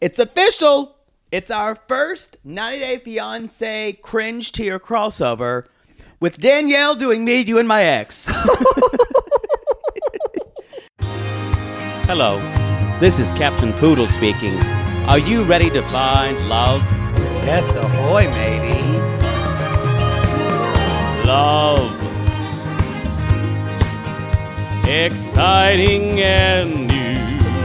It's official. It's our first 90 Day Fiance cringe tier crossover with Danielle doing me, you, and my ex. Hello, this is Captain Poodle speaking. Are you ready to find love? Yes, ahoy, matey. Love. Exciting and new.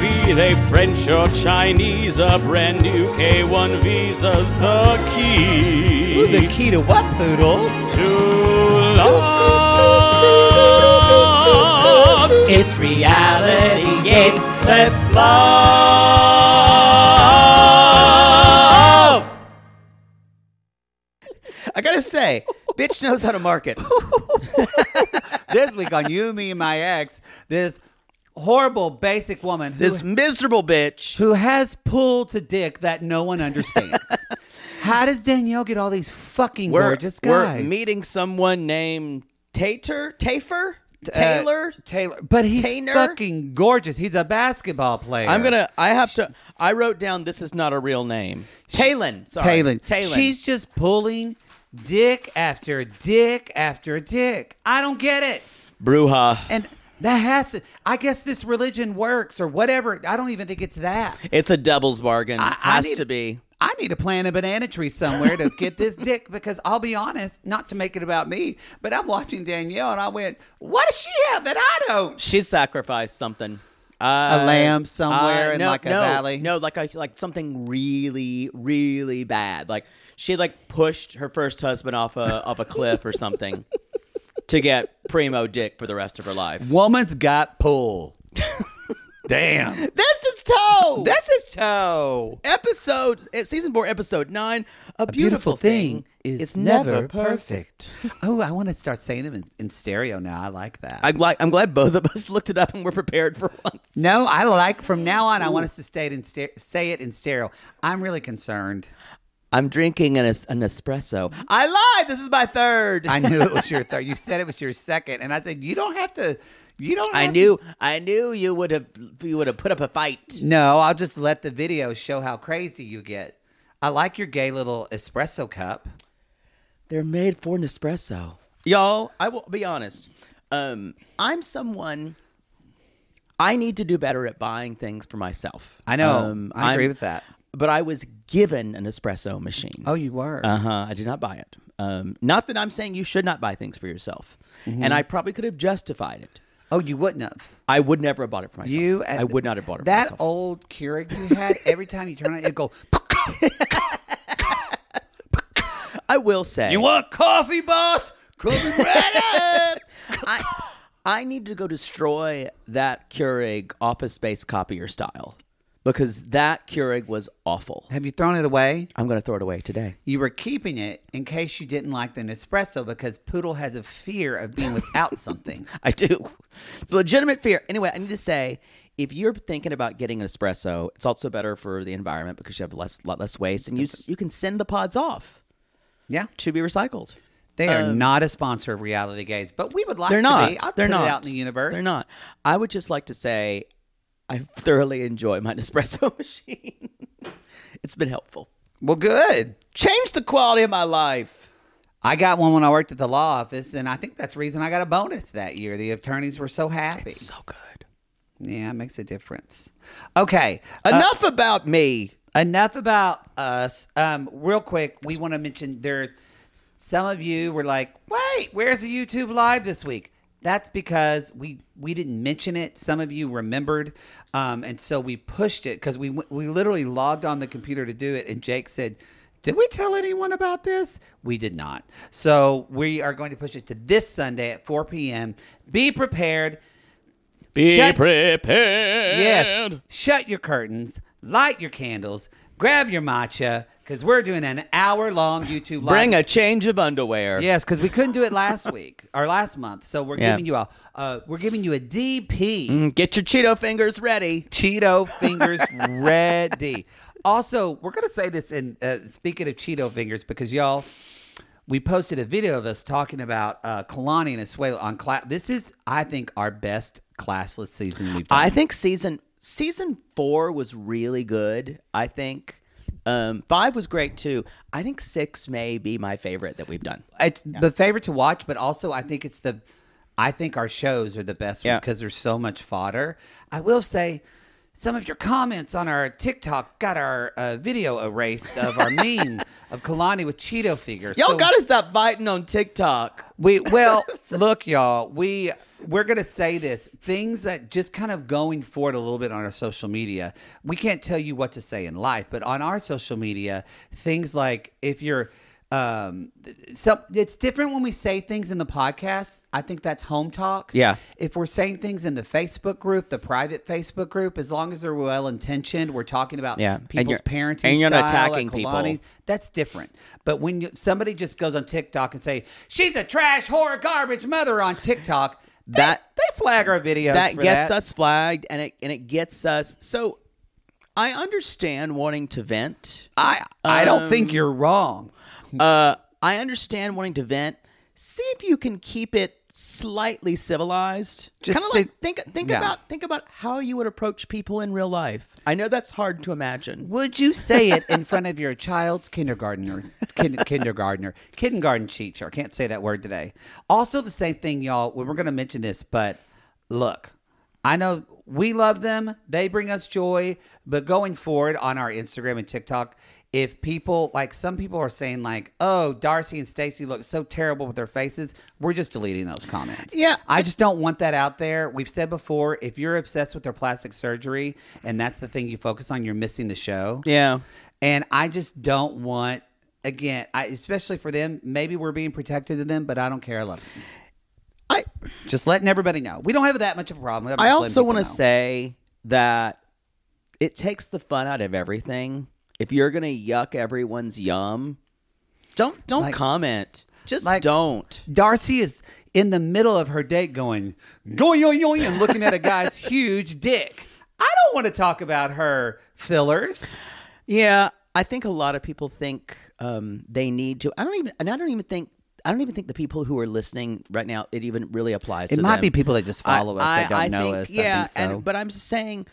Be they French or Chinese, a brand new K1 visa's the key. Ooh, the key to what, Poodle? to love. It's reality, yes. Let's Love. I gotta say, bitch knows how to market. This week on You, Me, and My Ex, this horrible basic woman who, This miserable bitch. who has pulled to dick that no one understands. How does Danielle get all these fucking We're, gorgeous we're guys? meeting someone named Tater? Tafer? Uh, Taylor? Taylor. But he's Tainer? fucking gorgeous. He's a basketball player. I'm gonna. I have to. I wrote down. This is not a real name. Taylin. Sorry. Taylor. Taylin. She's just pulling dick after dick after dick. I don't get it. Bruja. And that has to, I guess this religion works or whatever. I don't even think it's that. It's a devil's bargain. I, I Has need- to be. I need to plant a banana tree somewhere to get this dick because I'll be honest, not to make it about me, but I'm watching Danielle and I went, what does she have that I don't? She sacrificed something. A lamb somewhere Uh, in no, like a no, valley. No, like a, like something really, really bad. Like she like pushed her first husband off a off a cliff or something to get primo dick for the rest of her life. Woman's got pull. Damn. This is toe. That's a toe. episode uh, season four, episode nine. A, beautiful thing is it's never perfect. Oh, I want to start saying them in, in stereo now. I like that. I'm glad, I'm glad both of us looked it up and we're prepared for once. no, I like from now on. I want us to stay it in ster- say it in stereo. I'm really concerned. I'm drinking an, es- an espresso. I lied. This is my third. I knew it was your third. You said it was your second, and I said you don't have to. You don't. I have knew I knew you would have you would have put up a fight. to- no, I'll just let the video show how crazy you get. I like your gay little espresso cup. They're made for Nespresso. Y'all, I will be honest. Um, I'm someone I need to do better at buying things for myself. I know. Um, I agree I'm- with that. But I was given an espresso machine. Oh, you were. Uh huh. I did not buy it. Um, not that I'm saying you should not buy things for yourself, Mm-hmm. and I probably could have justified it. oh, you wouldn't have. I would never have bought it for myself. You. uh, I would not have bought it for That myself. old Keurig you had. Every time you turn on it, it go. I will say want coffee, boss? Coffee I, I need to go destroy that Keurig office space copier style because that Keurig was awful. Have you thrown it away? I'm going to throw it away today. You were keeping it in case you didn't like the Nespresso because Poodle has a fear of being without something. I do. It's a legitimate fear. Anyway, I need to say if you're thinking about getting an espresso, it's also better for the environment because you have less lot less waste and you s- you can send the pods off Yeah. to be recycled. They are not a sponsor of Reality Gaze, but we would like They're to not. be. I'll They're put not it out in the universe. They're not. I would just like to say I thoroughly enjoy my Nespresso machine. it's been helpful. Well, good. Changed the quality of my life. I got one when I worked at the law office, and I think that's the reason I got a bonus that year. The attorneys were so happy. So good. yeah, it makes a difference. Okay, enough, Enough about me. enough about us. Um, real quick, we want to mention there's some of you were like, "Wait, where's the YouTube live this week?" That's because we we didn't mention it. Some of you remembered, um, and so we pushed it because we w- we literally logged on the computer to do it, and Jake said. Did we tell anyone about this? We did not. So we are going to push it to this Sunday at 4 p.m. Be prepared. Be Shut- prepared. Yes. Shut your curtains, light your candles, grab your matcha, because we're doing an hour long YouTube live. Bring a change of underwear. Yes, because we couldn't do it last week or last month, so we're Yeah. Mm. giving you a uh, we're giving you a DP Get your Cheeto fingers ready. Cheeto fingers ready. Also, we're gonna say this in uh, speaking of Cheeto fingers because y'all, we posted a video of us talking about uh, Kalani and Asuelo on class. This is, I think, our best classless season we've done. I think season season four was really good. I think um, five was great too. I think six may be my favorite that we've done. it's the favorite to watch, but also I think it's the I think our shows are the best Yeah. because there's so much fodder. I will say some of your comments on our TikTok got our uh, video erased of our meme of Kalani with Cheeto figures. Y'all So gotta stop fighting on TikTok. we well look, y'all. We we're gonna say this things that just kind of going forward a little bit on our social media. We can't tell you what to say in life, but on our social media, things like if you're um so it's different when we say things in the podcast i think that's home talk Yeah. if we're saying things in the facebook group the private facebook group as long as they're well intentioned we're talking about Yeah. And people's you're- parenting and you're not style, attacking at people. Kalani's. That's different. But when you, somebody just goes on TikTok and say she's a trash, whore, garbage mother on TikTok, they- That- they, flag our videos. that for gets that. us flagged and it and it gets us so I understand wanting to vent. I I don't um, think you're wrong. Uh, I understand wanting to vent. See if you can keep it slightly civilized. Just kind of say- like think think Yeah. about think about how you would approach people in real life. I know that's hard to imagine. Would you say it in front of your child's kindergartner, kin- kindergartner, kindergarten teacher? I can't say that word today. Also, the same thing, y'all. When we're going to mention this, but look, I know we love them; they bring us joy. But going forward on our Instagram and TikTok, if people like some people are saying like, "Oh, Darcy and Stacy look so terrible with their faces," we're just deleting those comments. Yeah. I just don't want that out there. We've said before, if you're obsessed with their plastic surgery and that's the thing you focus on, you're missing the show. Yeah. And I just don't want again, I, especially for them, maybe we're being protective to them, but I don't care. I love them. I Just letting everybody know. We don't have that much of a problem. I'm I just letting also people want to know. say that it takes the fun out of everything. If you're gonna yuck everyone's yum, don't don't Like- comment. Just like- don't. Darcy is in the middle of her date going, going, yoing, yoing, and looking at a guy's huge dick. I don't want to talk about her fillers. Yeah, I think a lot of people think um, they need to. I don't even, and I don't even think, I don't even think the people who are listening right now it even really applies. It to might them. be people that just follow us that don't know think- us. I Yeah, think so. and but I'm just saying.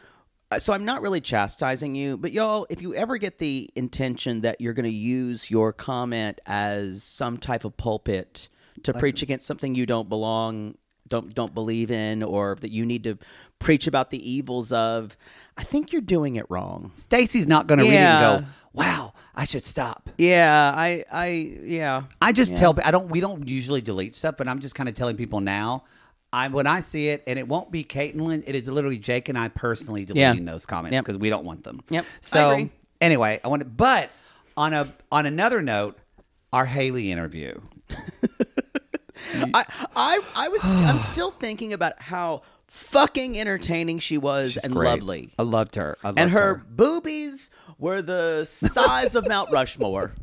uh, So I'm not really chastising you, but y'all, if you ever get the intention that you're going to use your comment as some type of pulpit to preach against something you don't belong, don't don't believe in, or that you need to preach about the evils of, I think you're doing it wrong. Stacy's not going to read it and Yeah. go, "Wow, I should stop." Yeah, I, I, yeah. I just tell I don't we don't usually delete stuff, but I'm just kind of telling people now. I when I see it, and it won't be Caitlin. It is literally Jake and I personally deleting those comments Yep. because we don't want them. Yep. I So agree. anyway, I want to. But on a on another note, our Haley interview. I, I, I was, I'm still thinking about how fucking entertaining she was and Great. lovely. I loved her. I loved and her, boobies were the size of Mount Rushmore.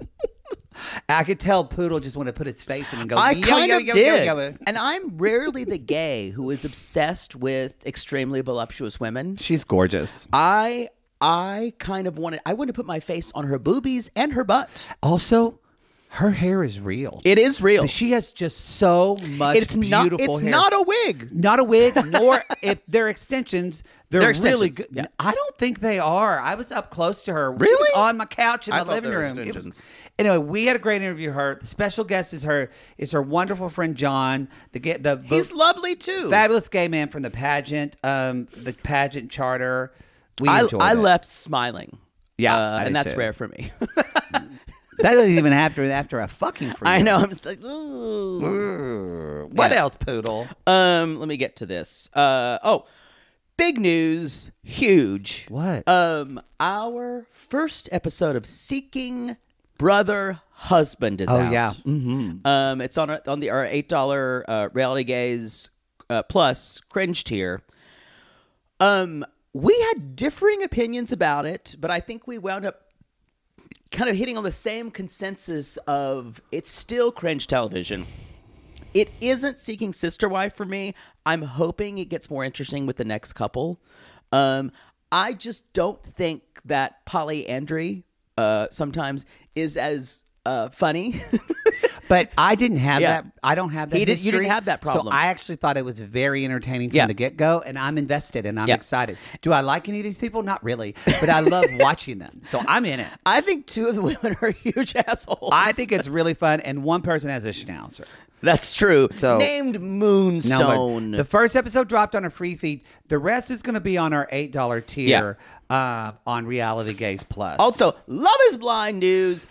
I could tell Poodle just wanted to put his face in and go. I yo, kind yo, of yo, did. Yo, yo. And I'm rarely the gay who is obsessed with extremely voluptuous women. She's gorgeous. I I kind of wanted I wanted to put my face on her boobies and her butt. Also, her hair is real. It is real. She has just so much it's not beautiful it's hair. not a wig. not a wig, nor if they're extensions, they're, They're really extensions, good. yeah. I don't think they are. I was up close to her, She was Really? on my couch in I my thought living they were room. It was- extensions. anyway, we had a great interview. with Her the special guest is her is her wonderful friend John. The ga- the He's lovely too. fabulous gay man from the pageant, um, the pageant charter. We I, enjoyed I it. left smiling. Yeah, Uh, I did and that's too. rare for me. That doesn't even after after a fucking. For I you. know. I'm just like, ooh. What else, poodle? Um, let me get to this. Uh, oh, big news, huge. What? Um, our first episode of Seeking Brother Husband is Oh, out. yeah. mm-hmm. Um, it's on our, on the our eight dollar uh, reality gaze uh, plus cringe tier. Um, we had differing opinions about it, but I think we wound up kind of hitting on the same consensus of it's still cringe television. It isn't seeking sister wife for me. I'm hoping it gets more interesting with the next couple. Um, I just don't think that polyandry uh, sometimes is as uh, funny. But I didn't have Yeah. that. I don't have that. He did- you didn't history. have that So problem. I actually thought it was very entertaining from Yeah. the get go, and I'm invested and I'm Yeah. excited. Do I like any of these people? Not really, but I love watching them, so I'm in it. I think two of the women are huge assholes. I think it's really fun, and one person has a schnauzer. that's true. So- named No, but Moonstone. the first episode dropped on a free feed. The rest is going to be on our eight dollar tier uh, on Reality Gaze Plus. Also, Love is Blind news.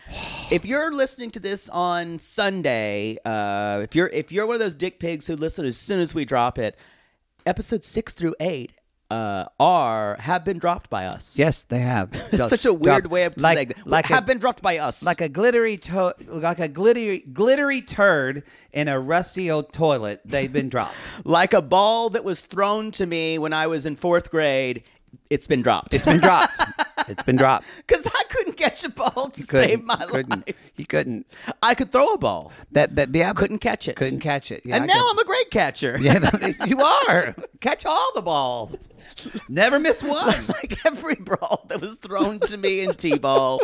If you're listening to this on Sunday, uh, if you're if you're one of those dick pigs who listen as soon as we drop it, episodes six through eight uh, are have been dropped by us. yes, they have. it's such a weird way of like saying that. like have a, been dropped by us. like a glittery to- like a glittery glittery turd in a rusty old toilet. They've been dropped. like a ball that was thrown to me when I was in fourth grade. It's been dropped. It's been dropped. It's been dropped. because I couldn't catch a ball to Couldn't- save my couldn't. life. He couldn't. I could throw a ball. That that yeah, Couldn't catch it. Couldn't catch it. Yeah, and I now get- I'm a great catcher. yeah, you are catch all the balls. Never miss one. like every brawl that was thrown to me in t-ball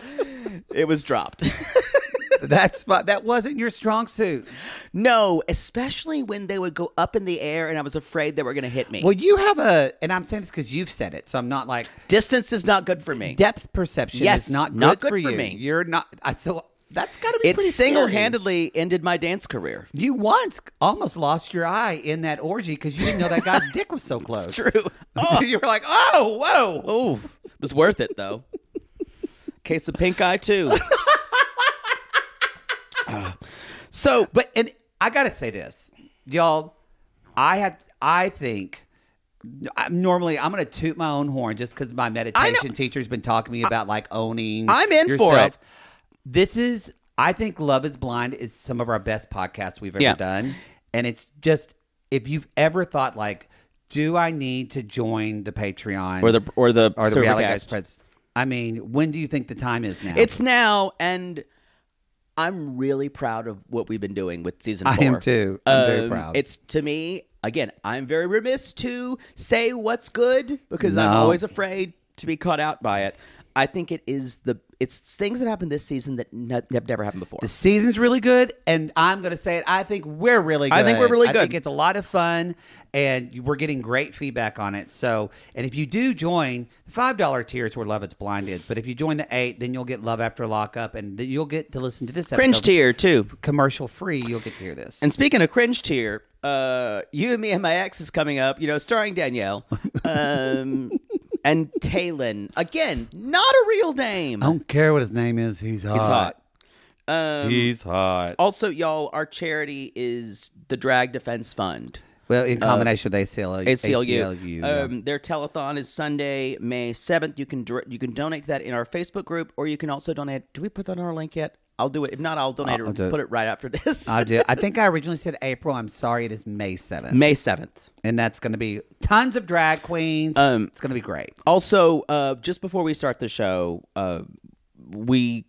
it was dropped That's fu- that wasn't your strong suit. no especially when they would go up in the air and i was afraid they were going to hit me Well, you have a, and I'm saying this because you've said it, so I'm not like distance is not good for me depth perception Yes, is not good, not good for you. me. You're not. I so that's got to be it pretty scary. single-handedly ended my dance career You once almost lost your eye in that orgy because you didn't know that guy's dick was so close. true. you were like, oh, whoa. oh it was worth it though case of pink eye too Ah. so but But and I gotta say this, y'all. I had I think I, normally I'm gonna toot my own horn just because my meditation teacher's been talking to me about like owning. I'm in for yourself. it. This is I think Love Is Blind is some of our best podcasts we've ever Yeah. done, and it's just if you've ever thought like, do I need to join the Patreon or the or the or the reality Supercast. Guys Press? I mean, when do you think the time is now? It's now, and I'm really proud of what we've been doing with season I four. Um, am too. I'm very proud. It's to me again. I'm very remiss to say what's good because I'm No. always afraid to be caught out by it. I think it is the it's things that happened this season that ne- have never happened before. The season's really good, and I'm going to say it. I think we're really good. I think we're really I think good. it's a lot of fun, and you- we're getting great feedback on it. So, and if you do join, the $5 tier is where Love It's Blind is. But if you join the 8 then you'll get Love After Lockup, and then you'll get to listen to this cringe episode. tier too. Commercial free, you'll get to hear this. And speaking of cringe tier, uh, you and me and my ex is coming up. You know, starring Danielle. Um, And Talon again, not a real name. I don't care what his name is. He's hot. He's hot. Um, He's hot. Also, y'all, our charity is the Drag Defense Fund. Well, uh, in combination with ACLU. ACLU. yeah. Um, their telethon is Sunday, May seventh. You can dir- you can donate to that in our Facebook group, or you can also donate. Do we put that on our link yet? I'll do it. If not, I'll donate Uh, I'll- it. I'll do it. Put it right after this. I do. I think I originally said April. I'm sorry, it is May 7th. May seventh. and that's going to be tons of drag queens. Um, it's going to be great. Also, uh, just before we start the show, uh, we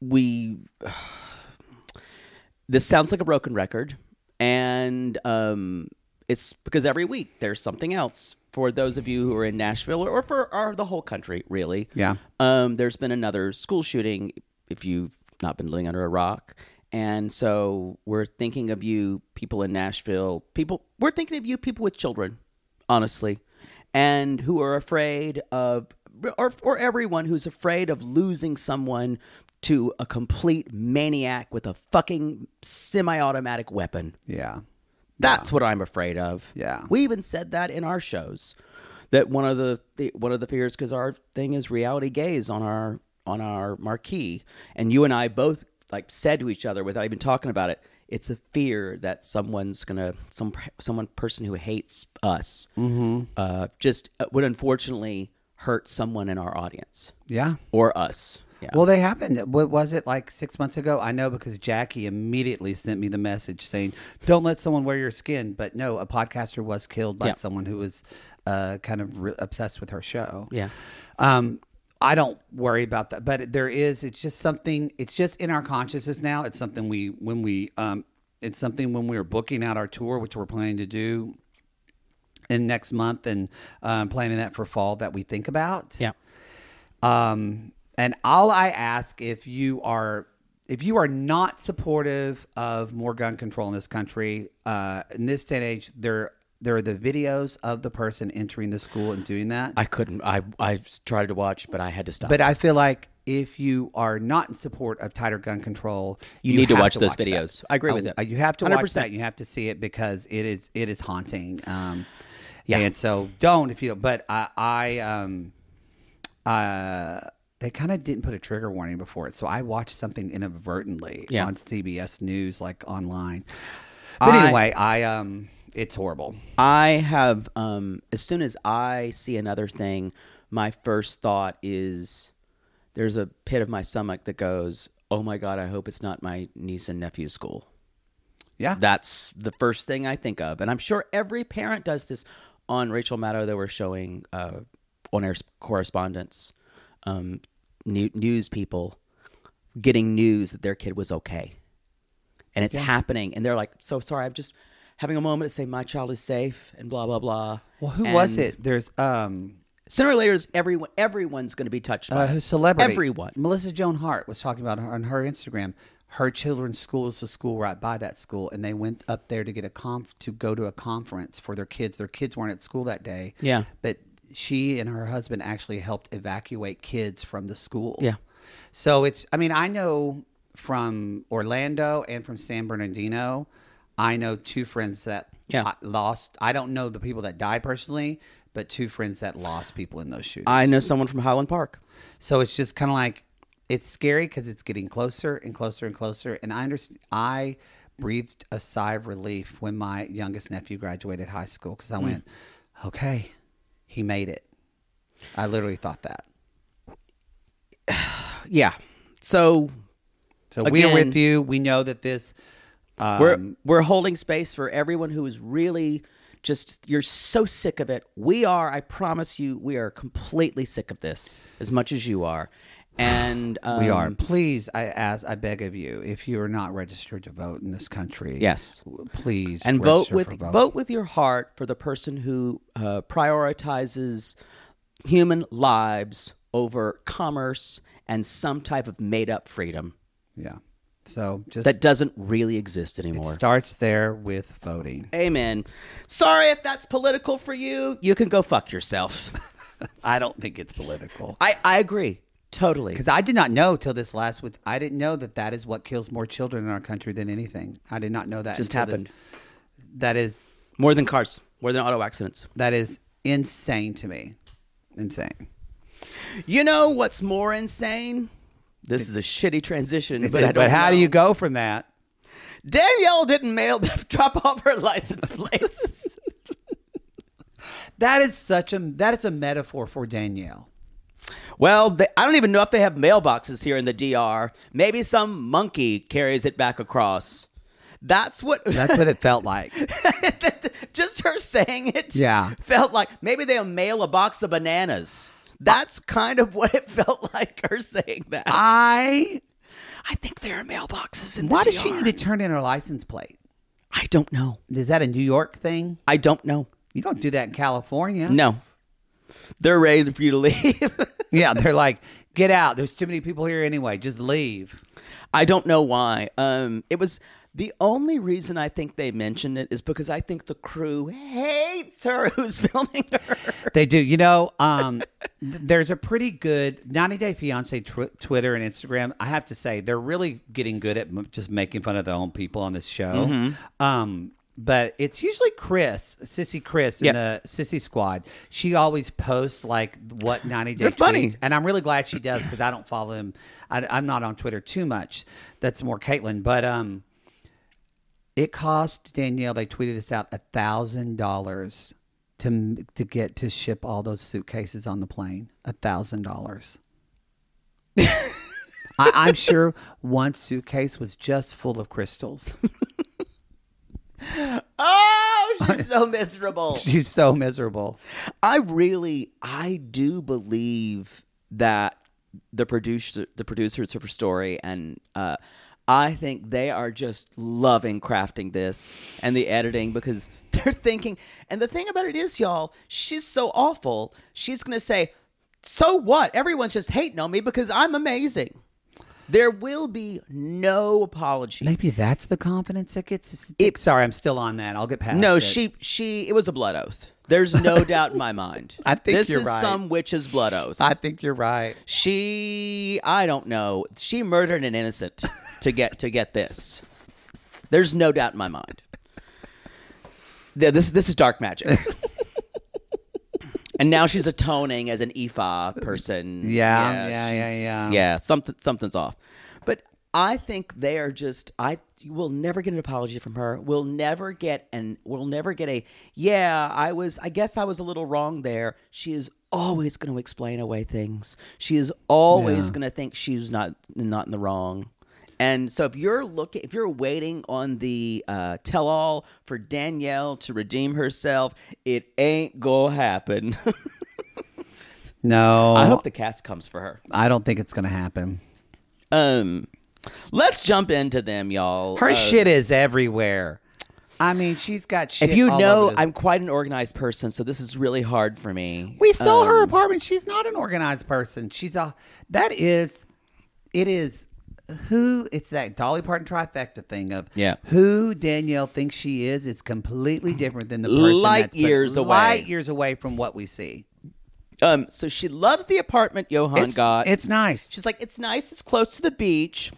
we this sounds like a broken record, and um, it's because every week there's something else for those of you who are in Nashville or, or for or the whole country, really. Yeah. Um, there's been another school shooting. If you've not been living under a rock. And so we're thinking of you, people in Nashville. People, we're thinking of you, people with children, honestly, and who are afraid of, or or everyone who's afraid of losing someone to a complete maniac with a fucking semi-automatic weapon. Yeah. That's what I'm afraid of. Yeah. we even said that in our shows. That one of the, the one of the fears because our thing is reality gaze on our on our marquee, and you and I both like said to each other without even talking about it. It's a fear that someone's gonna some someone person who hates us Mm-hmm. uh, just uh, would unfortunately hurt someone in our audience Yeah. or us. Yeah. Well, they happened. What was it like six months ago? I know because Jackie immediately sent me the message saying, "Don't let someone wear your skin." But no, a podcaster was killed by Yeah. someone who was uh, kind of re- obsessed with her show. Yeah. Um, I don't worry about that, but there is. It's just something. It's just in our consciousness now. It's something we when we um, it's something when we were booking out our tour, which we're planning to do in next month, and um, planning that for fall that we think about. yeah. Um, and all I ask if you are if you are not supportive of more gun control in this country, uh, in this day and age, there there are the videos of the person entering the school and doing that. I couldn't. I I tried to watch, but I had to stop. but I feel like if you are not in support of tighter gun control, You need to have watch those videos. I agree with Uh, that. You have to watch 100%. that. You have to see it because it is it is haunting. Um, Yeah. And so don't if you. But I, I um, uh, they kind of didn't put a trigger warning before it, so I watched something inadvertently Yeah. on CBS News, like online. But I- anyway, I um, it's horrible. I have um as soon as I see another thing, my first thought is there's a pit of my stomach that goes, "Oh my god, I hope it's not my niece and nephew's school." Yeah. That's the first thing I think of, and I'm sure every parent does this. On Rachel Maddow, they were showing uh, on-air correspondents, um, new- news people getting news that their kid was okay, and it's happening, and they're like, "So sorry, I'm just having a moment to say my child is safe," and blah blah blah. well, who was And it? There's um. Sooner or later, everyone everyone's going to be touched by uh, it. who's celebrity. Everyone. Melissa Joan Hart was talking about her on her Instagram. Her children's school is the school right by that school, and they went up there to get a conf to go to a conference for their kids. Their kids weren't at school that day. Yeah. but she and her husband actually helped evacuate kids from the school. Yeah. so it's. I mean, I know from Orlando and from San Bernardino, I know two friends that Yeah. I- lost. I don't know the people that died personally, but two friends that lost people in those shootings. I know someone from Highland Park. So it's just kind of like it's scary because it's getting closer and closer and closer. And I understand. I breathed a sigh of relief when my youngest nephew graduated high school because I Mm. went, okay, he made it. I literally thought that. Yeah. So So we are Again- with you. We know that this. uh, We're Um, we're holding space for everyone who is really just you're so sick of it. We are, I promise you, we are completely sick of this as much as you are. And um, We are. Please, I ask, I beg of you, if you are not registered to vote in this country, Yes. w- please and vote register with for vote. with your heart for the person who uh, prioritizes human lives over commerce and some type of made up freedom Yeah. So just that doesn't really exist anymore. starts there with voting. Amen. Sorry if that's political for you. You can go fuck yourself. I don't think it's political. I, I agree totally. Because I did not know till this last week. I didn't know that that is what kills more children in our country than anything. I did not know that. Just until this- happened. That is More than cars, more than auto accidents. that is insane to me. Insane. You know what's more insane? This is a shitty transition, but, I but don't how do know. you go from that? Danielle didn't mail drop off her license plates. That is such a that is a metaphor for Danielle. Well, they, I don't even know if they have mailboxes here in the DR. Maybe some monkey carries it back across. That's what. That's what it felt like. just her saying it. Yeah. Felt like maybe they'll mail a box of bananas. That's kind of what it felt like her saying that. I. I think there are mailboxes in Why the does she DR. need to turn in her license plate? I don't know. Is that a New York thing? I don't know. You don't do that in California. No. They're ready for you to leave. Yeah, they're like, get out. There's too many people here anyway. Just leave. I don't know why. Um, it was the only reason I think they mentioned it is because I think the crew hates her who's filming her. They do. You know, um, th- there's a pretty good 90 Day Fiance tw- Twitter and Instagram. I have to say, they're really getting good at m- just making fun of their own people on this show. Mm-hmm. Um, but it's usually Chris, Sissy Chris in the Sissy Squad. She always posts like what 90 Day They're funny. tweets, And I'm really glad she does because I don't follow him. I, I'm not on Twitter too much. That's more Caitlyn. But um, it cost Danielle. They tweeted us out a thousand dollars to to get to ship all those suitcases on the plane. A thousand dollars. I- I'm sure one suitcase was just full of crystals. Oh, she's so miserable. She's so miserable. I really, I do believe that the producer, the producers of her story, and uh, I think they are just loving crafting this and the editing because they're thinking. And the thing about it is, y'all, she's so awful. She's gonna say, "So what? Everyone's just hating on me because I'm amazing." There will be no apology. Maybe that's the confidence that gets. us- sorry, I'm still on that. I'll get past. No, it. she she it was a blood oath. There's no doubt in my mind. I think this you're is right. some witch's blood oath. I think you're right. she I don't know. She murdered an innocent to get to get this. There's no doubt in my mind. Th- This this is dark magic. and now she's atoning as an Ifa person. Yeah, yeah, yeah, she's- yeah. Yeah, something something's off. But I think they are just I you will never get an apology from her. We'll never get an we'll never get a yeah, I was I guess I was a little wrong there. She is always going to explain away things. She is always going to think she's not not in the wrong. And so if you're looking if you're waiting on the uh, tell all for Danielle to redeem herself, it ain't gonna happen. No, I hope the cast comes for her. I don't think it's gonna happen. Um, let's jump into them, y'all. Her Uh, shit is everywhere. I mean, she's got shit. If you all know, over the- I'm quite an organized person, so this is really hard for me. Um, We saw her apartment. She's not an organized person. She's a that is it is who it's that Dolly Parton trifecta thing of Yeah. who Danielle thinks she is is completely different than the person Light that's- years away. light years away from what we see. Um, so she loves the apartment Johan It's, got. it's nice. She's like, it's nice. It's close to the beach.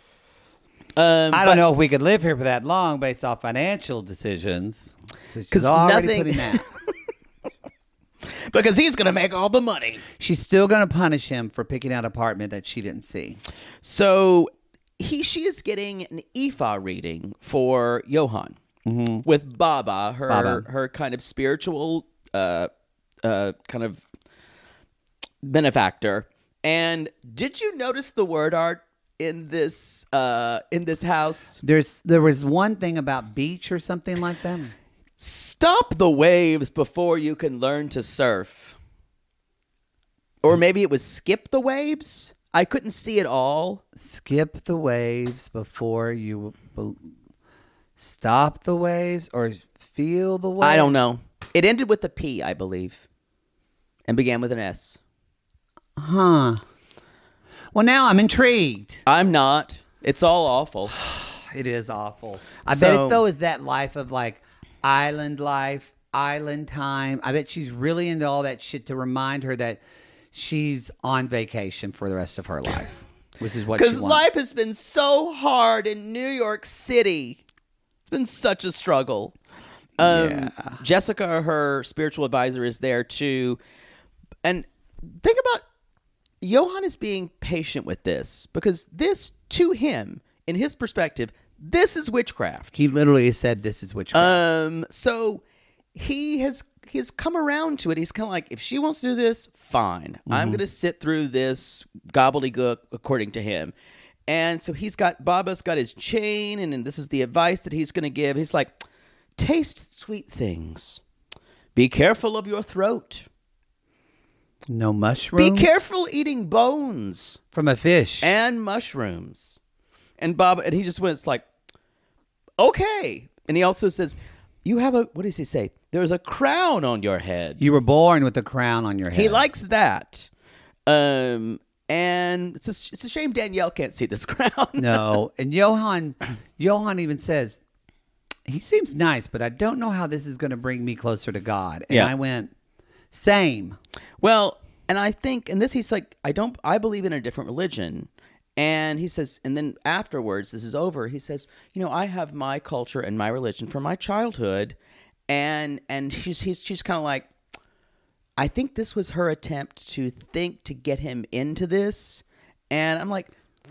Um, I don't know if we could live here for that long based off financial decisions. So she's 'Cause already nothing- putting that. because he's gonna make all the money. She's still going to punish him for picking out an apartment that she didn't see. So he, she is getting an Ifa reading for Johan with Baba, her her kind of spiritual, uh, uh, kind of benefactor. And did you notice the word art in this uh, in this house? There's there was one thing about beach or something like that. Stop the waves before you can learn to surf. Or maybe it was skip the waves. I couldn't see it all. skip the waves before you bel- stop the waves or feel the waves. I don't know. It ended with a P, I believe, and began with an S. Huh. Well, now I'm intrigued. I'm not. It's all awful. It is awful. I bet So- it though is that life of like island life, island time. I bet she's really into all that shit to remind her that she's on vacation for the rest of her life, which is what she Because wants. life has been so hard in New York City. It's been such a struggle. Um, Jessica, her spiritual advisor, is there too. And think about Johan is being patient with this because this, to him, in his perspective, this is witchcraft. Uh, he literally said, "This is witchcraft." Um, so he has he's come around to it. He's kind of like, if she wants to do this, fine. I'm going to sit through this gobbledygook, according to him. And so he's got Baba's got his chain, and, and this is the advice that he's going to give. He's like, taste sweet things. Be careful of your throat. No mushrooms. Be careful eating bones from a fish. and mushrooms. And Bob, and he just went, it's like, okay. And he also says, you have a, what does he say? There's a crown on your head. you were born with a crown on your head. He likes that. Um, and it's a, it's a shame Danielle can't see this crown. no, and Johan, Johan even says he seems nice, but I don't know how this is going to bring me closer to God. And Yeah. I went same. Well, and I think, and this, he's like, I don't, I believe in a different religion. And he says, and then afterwards, this is over. He says, you know, I have my culture and my religion from my childhood, and and she's he's she's kind of like, I think this was her attempt to think to get him into this, and I'm like,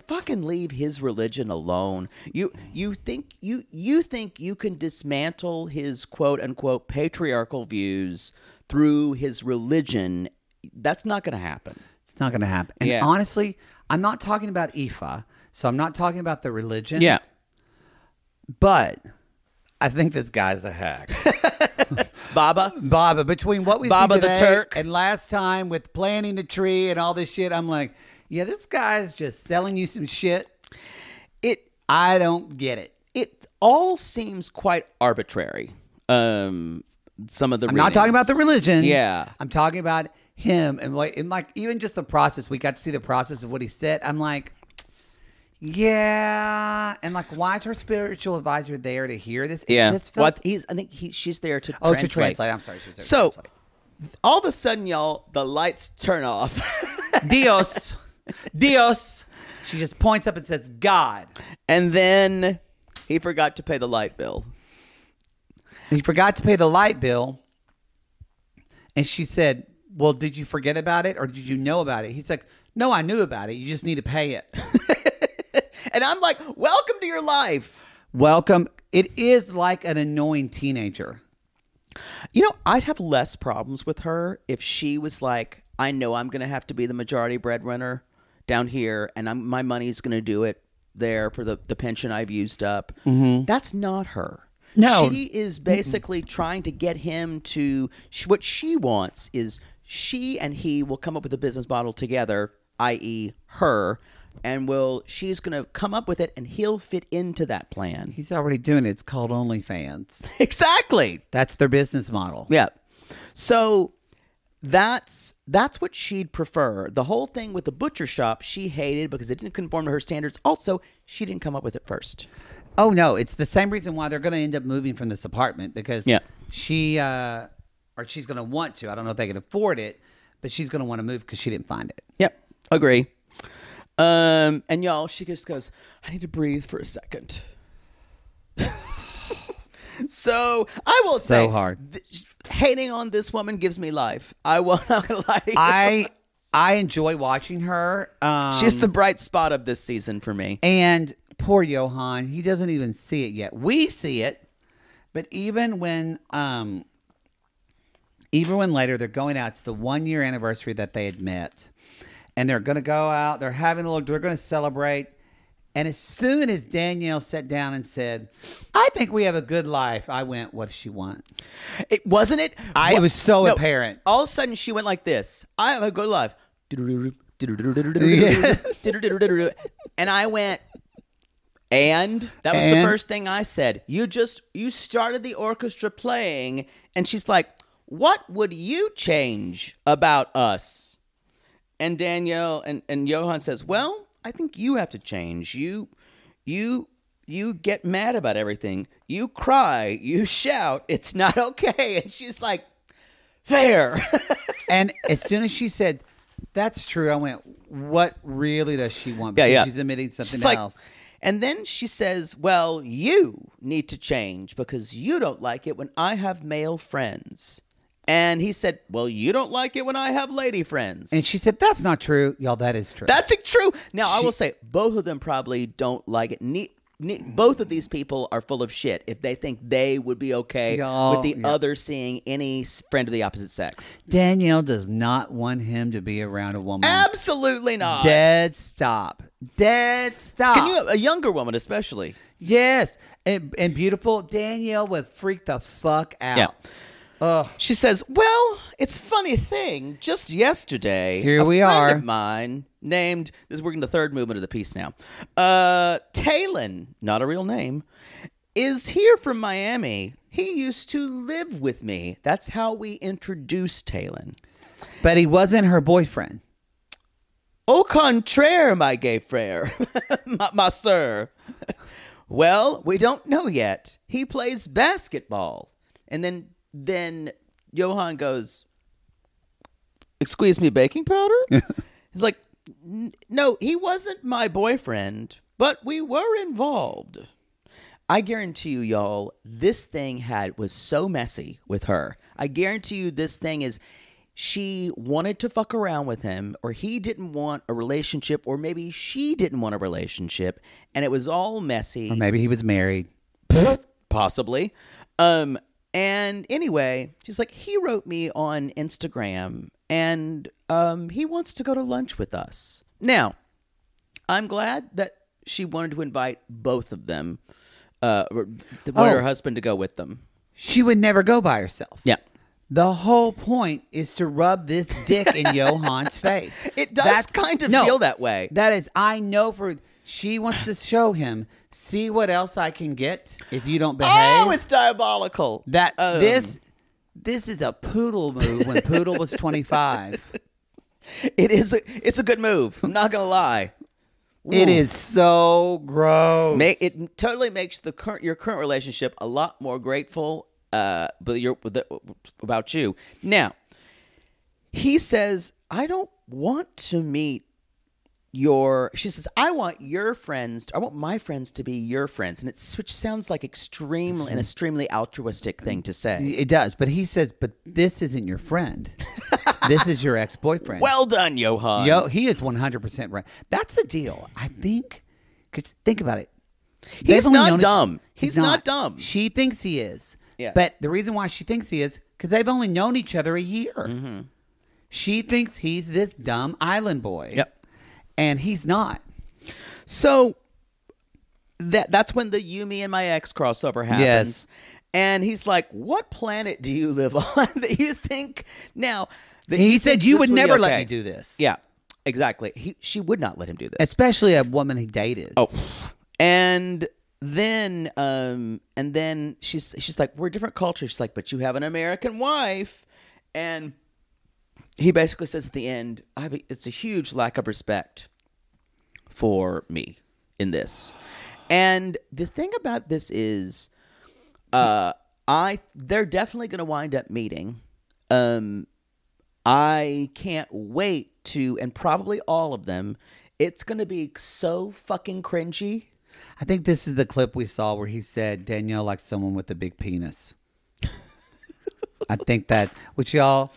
fucking leave his religion alone. You you think you you think you can dismantle his quote unquote patriarchal views through his religion? That's not going to happen. It's not going to happen. And Yeah. honestly, I'm not talking about Ifa, so I'm not talking about the religion. but I think this guy's a hack. Baba. Baba, between what we Baba see the today Turk. and last time with planting the tree and all this shit, I'm like, yeah, this guy's just selling you some shit. It I don't get it. it all seems quite arbitrary. Um, some of the I'm not talking about the religion. Yeah. I'm talking about him and like, and like even just the process. We got to see the process of what he said. I'm like, yeah, and like, why is her spiritual advisor there to hear this? It Yeah, just well, I felt- e-, th- he's. I think he, she's there to oh, translate. to translate. I'm sorry. She's there to So, translate. all of a sudden, y'all, the lights turn off, Dios, Dios. She just points up and says, God. and then he forgot to pay the light bill. He forgot to pay the light bill. And she said, Well, did you forget about it or did you know about it? He's like, No, I knew about it. You just need to pay it. And I'm like, "Welcome to your life." Welcome. It is like an annoying teenager. You know, I'd have less problems with her if she was like, "I know I'm going to have to be the majority breadwinner down here, and I'm, my money's going to do it there for the the pension I've used up." That's not her. Mm-hmm. No. she is basically trying to get him to sh what she wants is she and he will come up with a business model together, i.e., her, and will she's going to come up with it, and he'll fit into that plan. He's already doing it. It's called OnlyFans. exactly. That's their business model. Yeah. So that's that's what she'd prefer. The whole thing with the butcher shop she hated because it didn't conform to her standards. Also, she didn't come up with it first. Oh no, it's the same reason why they're going to end up moving from this apartment because Yeah. she uh, or she's going to want to. I don't know if they can afford it, but she's going to want to move because she didn't find it. Yep. Agree. Um and y'all, she just goes, I need to breathe for a second. so I will say hard. th- hating on this woman gives me life. I will not gonna lie to you. I I enjoy watching her. Um, She's the bright spot of this season for me. and poor Johan, he doesn't even see it yet. We see it, but even when um, even when later they're going out, it's the one year anniversary that they had met, and they're going to go out. They're having a little. They're going to celebrate. And as soon as Danielle sat down and said, "I think we have a good life," I went, "What does she want?" It wasn't it. I- it was so No. Oh. apparent. All of a sudden, she went like this. I have a good life. and I went. And that was the And? first thing I said. You just you started the orchestra playing, and she's like, "What would you change about us?" And Danielle and and Johan says, "Well, I think you have to change. You, you." You get mad about everything. You cry. You shout. It's not okay. And she's like, "Fair." And as soon as she said, "That's true," I went, "What really does she want?" Yeah, Because yeah. She's admitting something She's like- else. and then she says, Well, you need to change because you don't like it when I have male friends. And he said, Well, you don't like it when I have lady friends. And she said, "That's not true, y'all. That is true." That's it, true. Now, I will say, both of them probably don't like it. Ne- ne- both of these people are full of shit if they think they would be okay Y'all- with the yeah. other seeing any s- friend of the opposite sex. Danielle does not want him to be around a woman. Absolutely not. Mm. Dead Ah. stop. Dead stop. Can you a younger woman especially? Yes. And, and beautiful Danielle would freak the fuck out. Yeah. She says, "Well, it's a funny thing. Just yesterday, Here a we friend are. Of mine named this. Is working the third movement of the piece now. Uh, Talon, not a real name, is here from Miami. He used to live with me. That's how we introduced Talon. But he wasn't her boyfriend. Au contraire, my gay frere, my, my sir. Well, we don't know yet. He plays basketball, and then then Johan goes, "Excuse me, baking powder." He's like, "N- "No, he wasn't my boyfriend, but we were involved." I guarantee you, y'all, this thing had was so messy with her. I guarantee you, this thing is she wanted to fuck around with him, or he didn't want a relationship, or maybe she didn't want a relationship, and it was all messy, Or maybe he was married. possibly. Um, and anyway, she's like, he wrote me on Instagram, and um, he wants to go to lunch with us now. I'm glad that she wanted to invite both of them, uh, or- wanted her Oh. husband to go with them. She would never go by herself. Yeah. The whole point is to rub this dick in Johan's face. It does kind of feel that way. That is, I know for she wants to show him, see what else I can get if you don't behave. Oh, it's diabolical. that Um, this this is a poodle move when poodle was 25. it is. A, it's a good move. I'm not gonna lie. It is so gross. Ma- it totally makes the current your current relationship a lot more grateful. Uh, but you're with the- about you now. He says, "I don't want to meet your." She says, "I want your friends. I want my friends to be your friends," and it's which sounds like extremely Mm-hmm. an extremely altruistic thing to say. It does, but he says, but this isn't your friend. this is your ex boyfriend. Well done, Johan. yo, he is 100 percent right. That's the deal. I think. Cause think about it. He's They've only not known each- dumb. He's not dumb. She thinks he is. Yeah. But the reason why she thinks he is because they've only known each other a year. Mm-hmm. She thinks he's this dumb island boy. Yep. And he's not. So that that's when the you, me, and my ex crossover happens. Yes. And he's like, "What planet do you live on that you think now?" That He you said, think "You this be would never let okay?" me do this. Yeah, exactly. He, she would not let him do this. Especially a woman he dated. Oh, and then um, and then she's she's like, we're different cultures. She's like, but you have an American wife, and he basically says at the end, I have a, it's a huge lack of respect for me in this. And the thing about this is, uh, I they're definitely going to wind up meeting. Um, I can't wait to, and probably all of them. It's going to be so fucking cringy. I think this is the clip we saw where he said Danielle likes someone with a big penis. I think that, which y'all,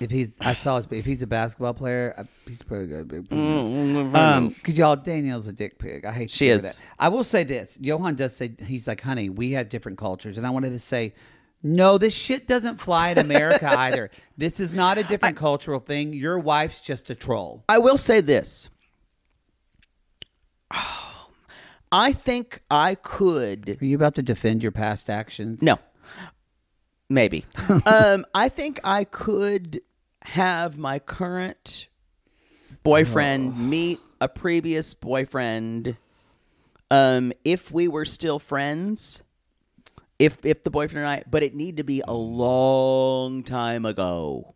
if he's, I saw his, if he's a basketball player, I- he's probably got a big Mm, penis. Um, cause y'all, Danielle's a dick pig. I hate to She hear is. that. I will say this: Johan does say he's like, "Honey, we have different cultures," and I wanted to say. No, this shit doesn't fly in America either. This is not a different cultural thing. Your wife's just a troll. I will say this. I think I could. Are you about to defend your past actions? No. Maybe. um, I think I could have my current boyfriend meet a previous boyfriend um, if we were still friends. If if the boyfriend and I, but it need to be a long time ago.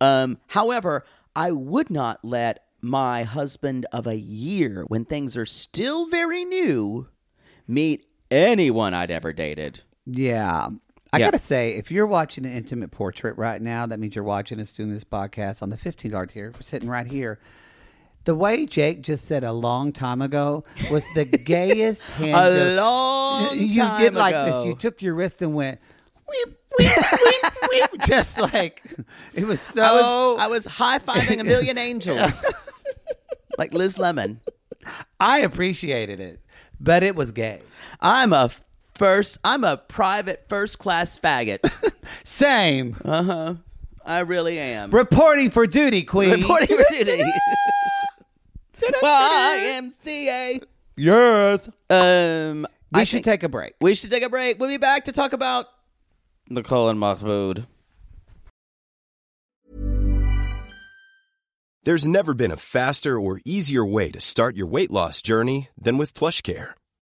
Um, however, I would not let my husband of a year, when things are still very new, meet anyone I'd ever dated. Yeah. I Yeah. gotta say, if you're watching an intimate portrait right now, that means you're watching us doing this podcast on the 15th art here. We're sitting right here. The way Jake just said a long time ago was the gayest hand. A job- long You did time like this. ago. You took your wrist and went, weep, weep, weep, weep. Just like, it was so. I was I was high fiving a million angels, like Liz Lemon. I appreciated it, but it was gay. I'm a first. I'm a private first class faggot. Same. I really am. Reporting for duty, Queen. Reporting for duty. well, I am CA. Yes. Um, We I should think- take a break. We should take a break. We'll be back to talk about Nicole and Mahmoud. There's never been a faster or easier way to start your weight loss journey than with PlushCare.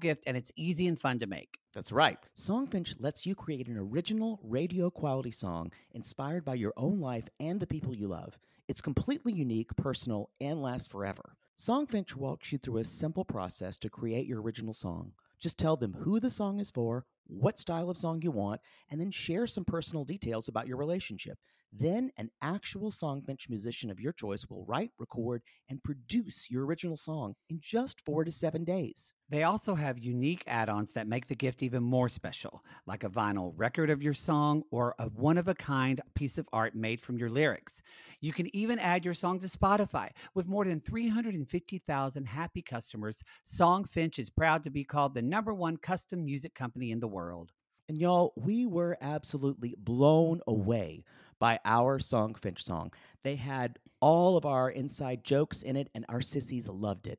gift and it's easy and fun to make. That's right. Songfinch lets you create an original radio quality song inspired by your own life and the people you love. It's completely unique, personal, and lasts forever. Songfinch walks you through a simple process to create your original song. Just tell them who the song is for, what style of song you want, and then share some personal details about your relationship. Then an actual Songfinch musician of your choice will write, record, and produce your original song in just four to seven days. They also have unique add ons that make the gift even more special, like a vinyl record of your song or a one of a kind piece of art made from your lyrics. You can even add your song to Spotify. With more than 350,000 happy customers, Songfinch is proud to be called the number one custom music company in the world. And y'all, we were absolutely blown away by our song Finch song. They had all of our inside jokes in it, and our sissies loved it.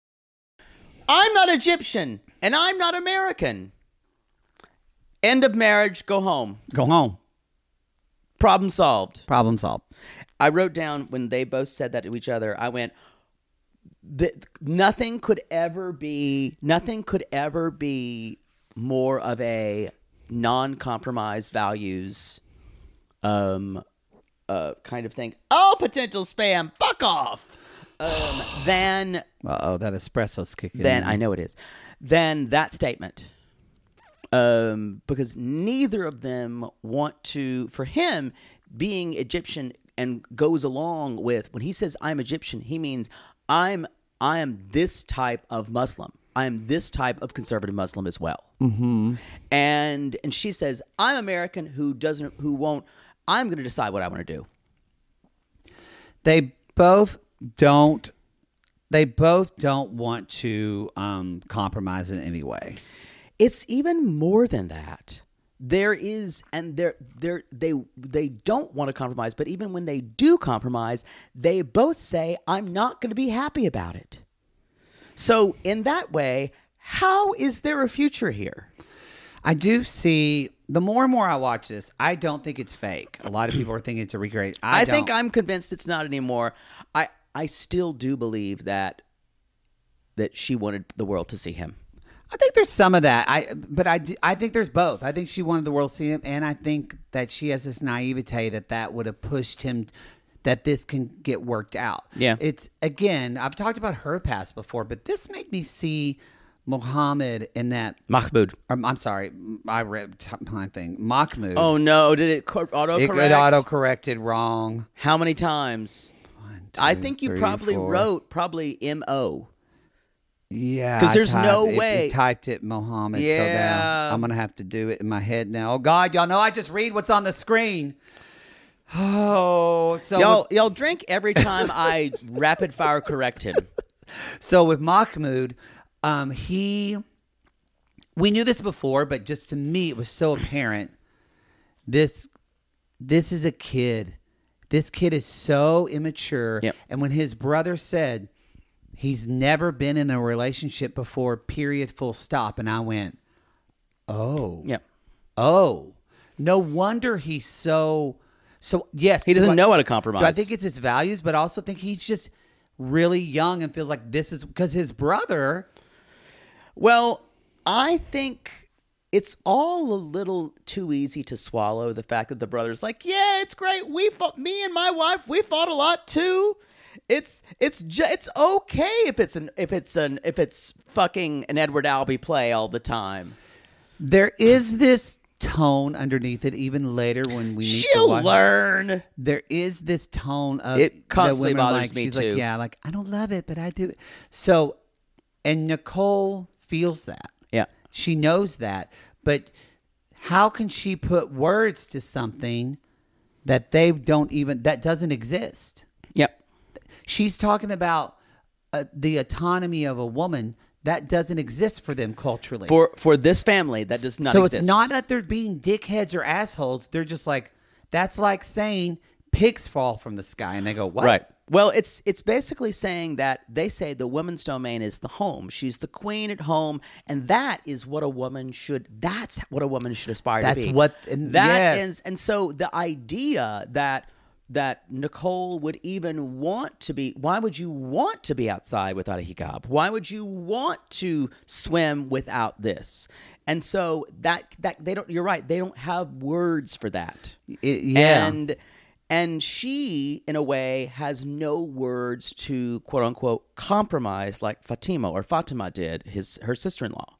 I'm not Egyptian and I'm not American. End of marriage, go home. Go home. Problem solved. Problem solved. I wrote down when they both said that to each other. I went, "Th- nothing could ever be, nothing could ever be more of a non-compromise values, um, uh, kind of thing. Oh, potential spam, fuck off. Um, than Uh oh, that espresso's kicking. then in. I know it is. Then that statement. Um, because neither of them want to, for him, being Egyptian and goes along with when he says I'm Egyptian, he means I'm I am this type of Muslim. I am this type of conservative Muslim as well. Mm-hmm. And and she says I'm American who doesn't who won't. I'm going to decide what I want to do. they both don't. They both don't want to um, compromise in any way. it's even more than that there is and there there they they don't want to compromise but even when they do compromise they both say i'm not going to be happy about it so in that way how is there a future here I do see. The more and more I watch this, I don't think it's fake. A lot of people are thinking it's a recreation. I, i, think don't. i'm convinced it's not anymore i i still do believe that that she wanted the world to see him I think there's some of that. I but I do- I think there's both. I think she wanted the world to see him, and I think that she has this naivete that that would have pushed him that this can get worked out. Yeah. it's again. I've talked about her past before, but this made me see Mohammed in that. mahmoud Um, I'm sorry, I read t- my thing. Mahmoud. oh no did it co- auto it got auto corrected wrong. how many times i two, think you three, probably Mm, four. wrote probably mo Yeah, 'Cause I there's typed- no it- it way- typed it Mohammed. so Yeah. now I'm gonna have to do it in my head now. Oh God, y'all know I just read what's on the screen. Oh, so y'all, with, y'all drink every time I rapid fire correct him. so with Mahmoud, um, he, we knew this before, but just to me, it was so apparent. This, this is a kid. This kid is so immature. Yep. And when his brother said he's never been in a relationship before, period, full stop, and I went. Oh. Yep. Oh. No wonder he's so so yes. He doesn't do I- know how to compromise. Do I think it's his values, but I also think he's just really young and feels like this is because his brother Well, I think it's all a little too easy to swallow the fact that the brother's like, yeah, it's great. We fought, me and my wife, we fought a lot too. It's it's ju- it's okay if it's an if it's an if it's fucking an Edward Albee play all the time. there is this tone underneath it even later when we meet the She'll wife. learn. there is this tone of It the constantly women bothers like, me, she's too. Like, yeah, like I don't love it, but I do. So, and Nicole feels that. Yeah. she knows that, but how can she put words to something that they don't even that doesn't exist? Yep. She's talking about uh, the autonomy of a woman that doesn't exist for them culturally. For for this family that does not so exist. it's not that they're being dickheads or assholes. They're just like that's like saying pigs fall from the sky, and they go what? Right. Well, it's it's basically saying that they say the woman's domain is the home. She's the queen at home, and that is what a woman should. That's what a woman should aspire That's to be. what- and that yes. is- and so the idea that that Nicole would even want to be. Why would you want to be outside without a hijab? Why would you want to swim without this? And so that that they don't. You're right. They don't have words for that. It- yeah. And and she, in a way, has no words to quote unquote compromise like Fatima or Fatima did, his her sister in law.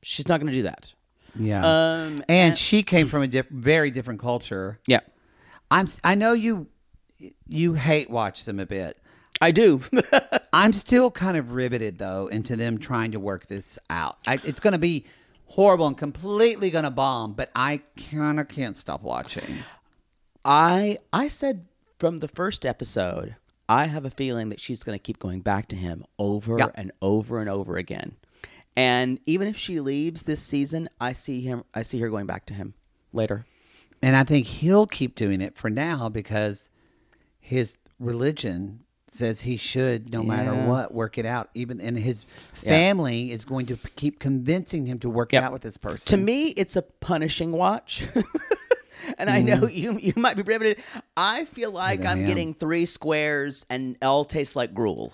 She's not going to do that. yeah. Um, and, she came from a diff- very different culture. yeah, I'm. s- I know you. You hate watch them a bit. I do. I'm still kind of riveted though into them trying to work this out. I, it's going to be horrible and completely going to bomb, but I kind of can't stop watching. I I said from the first episode, I have a feeling that she's going to keep going back to him over Yeah. and over and over again. And even if she leaves this season, I see him. I see her going back to him later. And I think he'll keep doing it for now because his religion says he should, no matter what, work it out. Even and his family is going to p- keep convincing him to work it out with this person. To me, it's a punishing watch. and I know you you might be riveted. I feel like Mm-hmm. I I'm am. getting three squares and all tastes like gruel.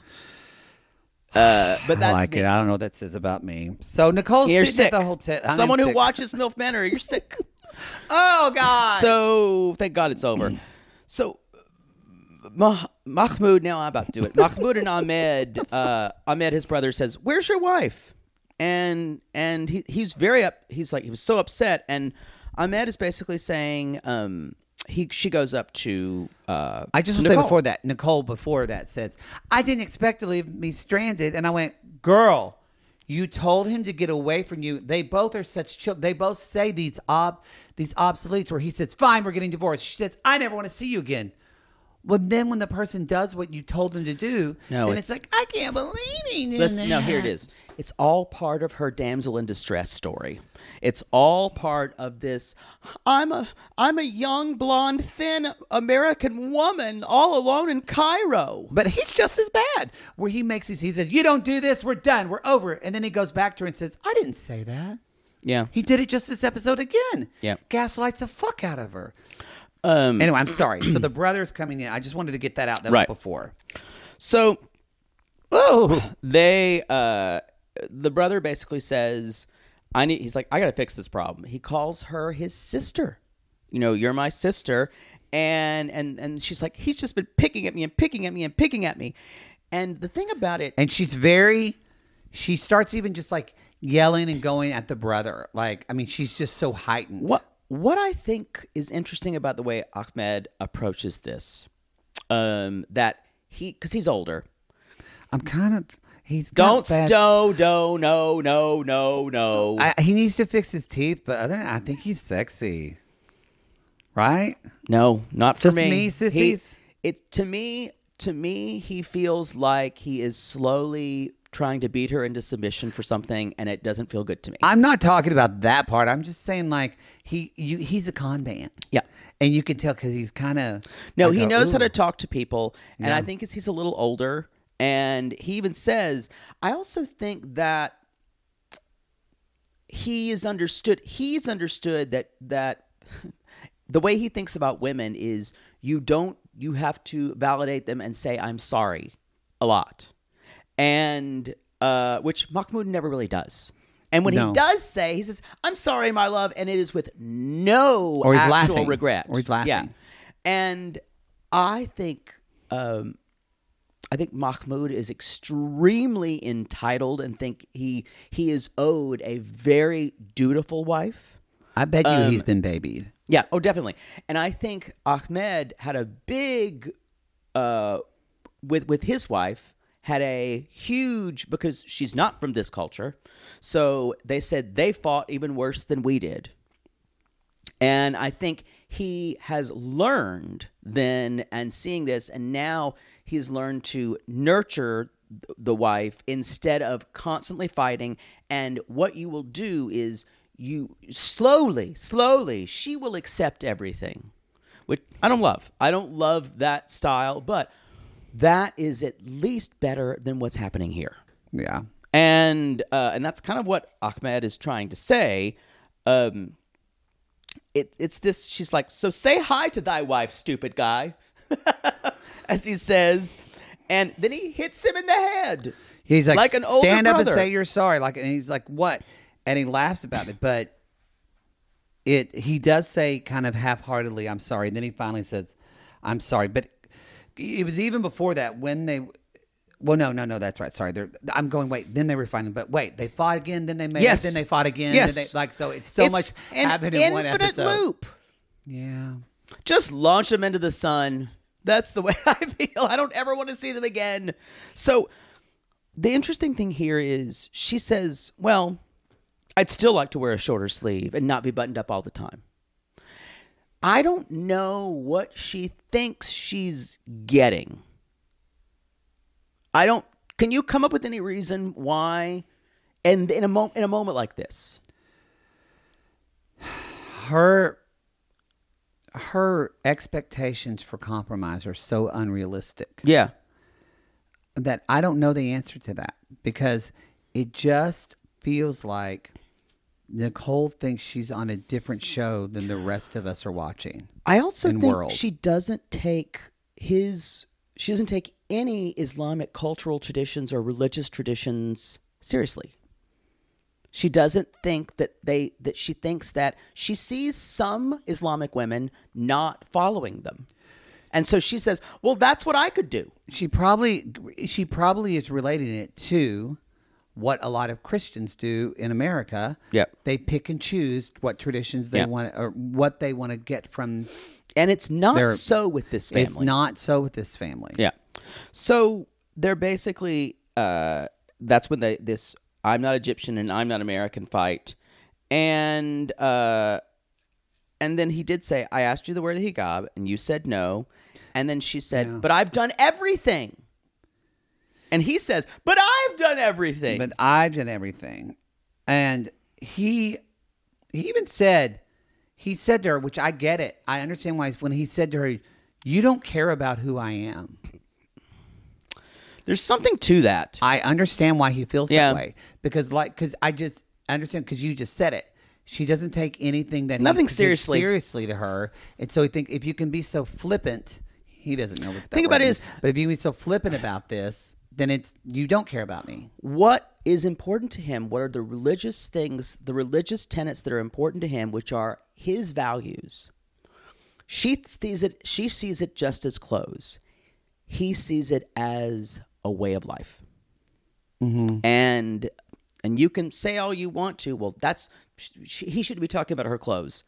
Uh, but I that's like me. it. I don't know what that says about me. So Nicole's You're sitting sick. at the hotel. I am Someone who sick. watches MILF Manor, you're sick. Oh God. So thank God it's over. So Mah- Mahmoud, now I'm about to do it. Mahmoud and Ahmed, uh, Ahmed, his brother says, "Where's your wife?" And and he he's very up. He's like he was so upset. And Ahmed is basically saying, um, he she goes up to. Uh, I to just want to say Nicole. before that, Nicole before that says, I didn't expect to leave me stranded. And I went, girl, you told him to get away from you. They both are such children. They both say these ob- these obsoletes where he says, fine, we're getting divorced. She says, I never want to see you again. Well, then when the person does what you told them to do, No, then it's, it's- like, I can't believe he did Listen, no, that." here it is. It's all part of her damsel in distress story. It's all part of this. I'm a I'm a young blonde thin American woman all alone in Cairo. But he's just as bad. Where he makes these, he says, You don't do this, we're done, we're over. And then he goes back to her and says, I didn't say that. Yeah. He did it just this episode again. Yeah. Gaslights the fuck out of her. Um, anyway, I'm sorry. so the brother's coming in. I just wanted to get that out there Right. before. So, oh, they uh the brother basically says I need he's like I got to fix this problem. He calls her his sister. You know, you're my sister and and and she's like he's just been picking at me and picking at me and picking at me. And the thing about it And she's very, she starts even just like yelling and going at the brother. Like, I mean, she's just so heightened. What what I think is interesting about the way Ahmed approaches this, um, that he because he's older. I'm kind of, he's got Don't bad- sto do no no no no. I, he needs to fix his teeth, but other than that, I think he's sexy. Right? no, not for Just me. me, He- sissies? it to me to me he feels like he is slowly trying to beat her into submission for something, and it doesn't feel good to me. I'm not talking about that part. I'm just saying, like he, you, he's a con man. Yeah. and you can tell because he's kind of No, he knows how to talk to people, and I think as he's a little older, and he even says, I also think that he is understood. He's understood that that the way he thinks about women is you don't you have to validate them and say I'm sorry a lot, and uh, which Mahmoud never really does. And when No. he does say, he says, "I'm sorry, my love," and it is with no Or he's actual laughing. regret, Or he's laughing. Yeah, and I think um, I think Mahmoud is extremely entitled and think he he is owed a very dutiful wife. I bet you Um, he's been babied. Yeah, oh definitely. And I think Ahmed had a big uh with with his wife had a huge because she's not from this culture. So they said they fought even worse than we did. And I think he has learned then and seeing this, and now he's learned to nurture the wife instead of constantly fighting. And what you will do is you slowly, slowly, she will accept everything, which I don't love. I don't love that style, but that is at least better than what's happening here Yeah, and uh, and that's kind of what Ahmed is trying to say. Um, it, it's this. She's like, so say hi to thy wife, stupid guy, as he says, and then he hits him in the head. he's like, Like an older stand up brother." and say you're sorry. Like, and he's like, what? And he laughs about it, but it he does say kind of half heartedly, I'm sorry. And then he finally says, I'm sorry. But it was even before that when they. Well, no, no, no. That's right. Sorry, They're, I'm going. Wait, then they were fighting, but wait, they fought again. Then they made. Yes. It, then they fought again. Yes. Then they, like so, it's so It's much an happened in one infinite episode. loop. Yeah. Just launch him into the sun. That's the way I feel. I don't ever want to see them again. So the interesting thing here is she says, well, I'd still like to wear a shorter sleeve and not be buttoned up all the time. I don't know what she thinks she's getting. I don't can you come up with any reason why and in a moment in a moment like this? her her expectations for compromise are so unrealistic Yeah. that I don't know the answer to that because it just feels like Nicole thinks she's on a different show than the rest of us are watching. I also and think world. she doesn't take his she doesn't take any Islamic cultural traditions or religious traditions seriously. She doesn't think that they that she thinks that she sees some Islamic women not following them. And so she says, "Well, that's what I could do." She probably she probably is relating it to what a lot of Christians do in America. Yep. They pick and choose what traditions they Yep. want or what they want to get from And it's not They're- so with this family. It's not so with this family. Yeah. So they're basically uh, that's when they this I'm not Egyptian and I'm not American fight, and uh, and then he did say I asked you the word hijab and you said no, and then she said but I've done everything, and he says but I've done everything. But I've done everything. And he he even said he said to her, which I get it. I understand why when he said to her, You don't care about who I am. There's something to that. I understand why he feels Yeah. that way. Because like because I just I understand because you just said it. She doesn't take anything that he Nothing takes seriously. seriously to her. And so I think if you can be so flippant, he doesn't know what that Think about word it is. is- But if you can be so flippant about this, then it's you don't care about me. what is important to him what are the religious things the religious tenets that are important to him which are his values she sees it she sees it just as clothes he sees it as a way of life Mm-hmm. and and you can say all you want to well that's sh he should be talking about her clothes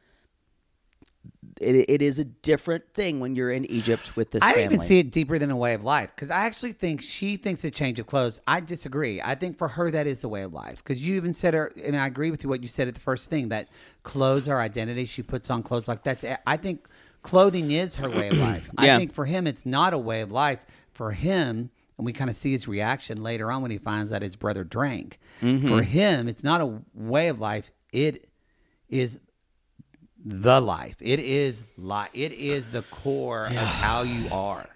it, it is a different thing when you're in egypt with this I family even see it deeper than a way of life because I actually think she thinks a change of clothes. I disagree. I think for her that is a way of life because you even said her, and I agree with you what you said at the first thing that clothes are identity. She puts on clothes like that's. I think clothing is her way of life. Yeah. I think for him it's not a way of life. For him, and we kind of see his reaction later on when he finds out his brother drank. For him, it's not a way of life. It is the life. It is life. It is the core of how you are.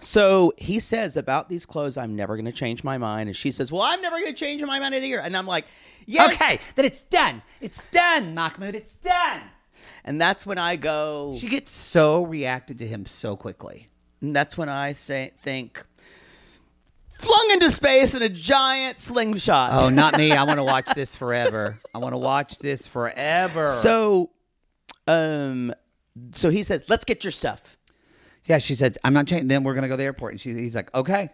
So he says about these clothes, I'm never going to change my mind. And she says, Well, I'm never going to change my mind either. And I'm like, Yes. Okay, then it's done. It's done, Mahmoud. It's done. And that's when I go, She gets so reacted to him so quickly. and that's when I say, think, flung into space in a giant slingshot. Oh, not me. I want to watch this forever. I want to watch this forever. So, um, so he says, Let's get your stuff. yeah, she said, "I'm not changing." Then we're gonna go to the airport, and she, he's like, "Okay,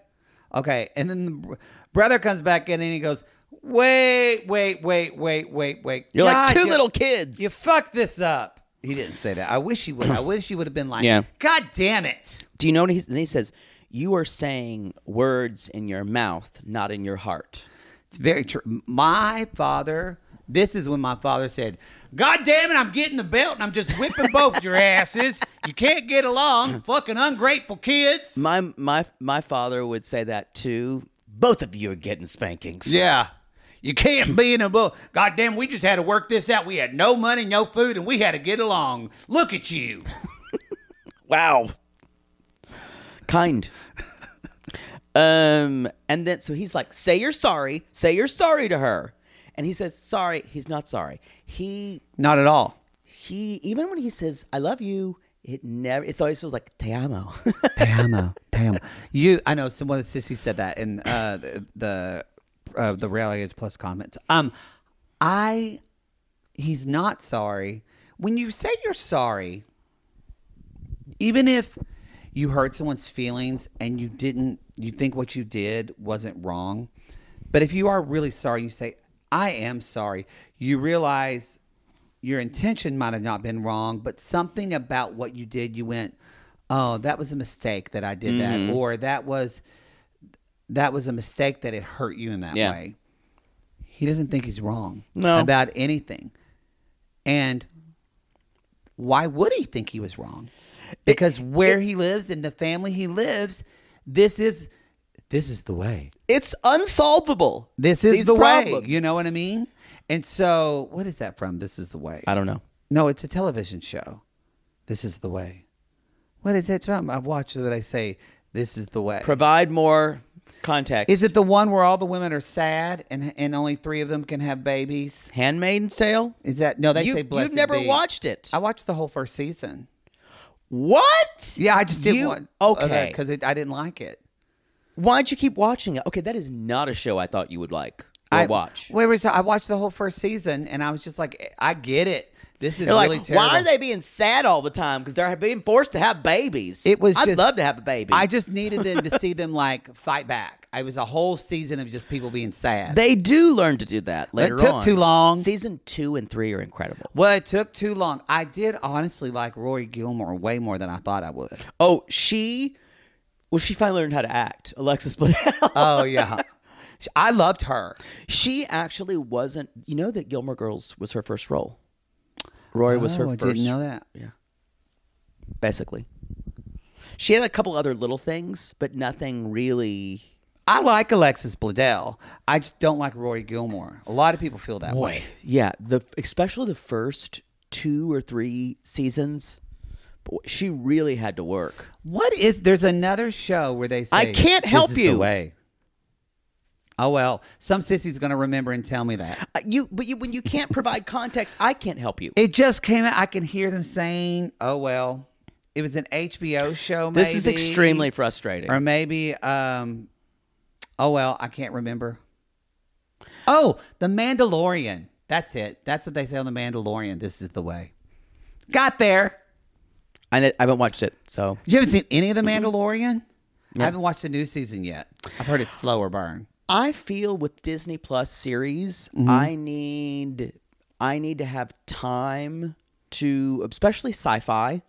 okay." And then the br- brother comes back in, and he goes, "Wait, wait, wait, wait, wait, wait." You're like God, two you- little kids. You fucked this up. He didn't say that. I wish he would. I wish he would have been like, Yeah. God damn it. Do you know what he, and he says? You are saying words in your mouth, not in your heart. It's very true. My father, this is when my father said, God damn it, I'm getting the belt and I'm just whipping both your asses. You can't get along, fucking ungrateful kids. My my my father would say that too. Both of you are getting spankings. yeah. You can't be in a book. God damn, we just had to work this out. We had no money, no food, and we had to get along. Look at you. Wow. Kind. um, and then so he's like, "Say you're sorry. Say you're sorry to her." And he says, "Sorry." He's not sorry. He Not at all. he. Even when he says, "I love you," it never. It always feels like "te amo." Pam, uh, Pam, you. I know someone. Sissy said that in uh, the the, uh, the Rally Age Plus comments. Um, I. He's not sorry. When you say you're sorry, even if you hurt someone's feelings and you didn't, you think what you did wasn't wrong. But if you are really sorry, you say, "I am sorry." You realize your intention might have not been wrong, but something about what you did, you went, "Oh, that was a mistake that I did that," or "That was that was a mistake that it hurt you in that Yeah. way." He doesn't think he's wrong No. about anything, and why would he think he was wrong? Because where he lives and the family he lives, this is this is the way. it's unsolvable. This is These the problems. way. You know what I mean? And so, what is that from? This is the way. I don't know. No, it's a television show. This is the way. What is that from? I've watched what I say. This is the way. Provide more. Context. Is it the one where all the women are sad and and only three of them can have babies? Handmaid's Tale? Is that no? They You- say blessed. You've never be. watched it. I watched the whole first season. what? Yeah, I just didn't You- want uh, Okay. because I didn't like it. Why'd you keep watching it? Okay, that is not a show I thought you would like or I watch. Where was I watched the whole first season and I was just like, I get it. This is You're really like, terrible. why are they being sad all the time? Because they're being forced to have babies. It was I'd just- love to have a baby. I just needed them to see them like fight back. It was a whole season of just people being sad. They do learn to do that later took on. too long. Season two and three are incredible. well, it took too long. I did honestly like Rory Gilmore way more than I thought I would. Oh, she. Well, she finally learned how to act. Alexis Bledel. Oh yeah, I loved her. she actually wasn't. You know that Gilmore Girls was her first role. Rory was her oh, I first. didn't know that. Basically, she had a couple other little things, but nothing really. I like Alexis Bledel. I just don't like Rory Gilmore. A lot of people feel that way. Yeah, the especially the first two or three seasons, boy, she really had to work. What is there's another show where they say I can't "This help is you." The way. Oh well, some sissy's gonna remember and tell me that. Uh, You, but you, when you can't provide context, I can't help you. It just came out. I can hear them saying, "Oh well, it was an HBO show." This is maybe." extremely frustrating. Or maybe, um, oh well, I can't remember. Oh, The Mandalorian. That's it. That's what they say on The Mandalorian. This is the way. Got there. I, I haven't watched it, so You haven't seen any of The Mandalorian? I haven't watched the new season yet. I've heard it's slower burn. I feel with Disney Plus series, I need I need to have time to especially sci-fi.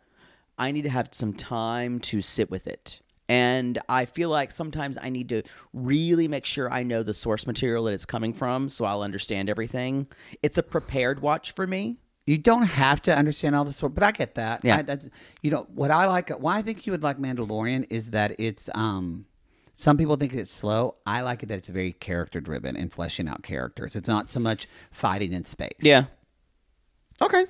I need to have some time to sit with it. And I feel like sometimes I need to really make sure I know the source material that it's coming from so I'll understand everything. It's a prepared watch for me. You don't have to understand all the sort, but I get that. Yeah. I, that's, you know what I like. Why I think you would like Mandalorian is that it's. um Some people think it's slow. I like it that it's very character driven and fleshing out characters. It's not so much fighting in space. Okay.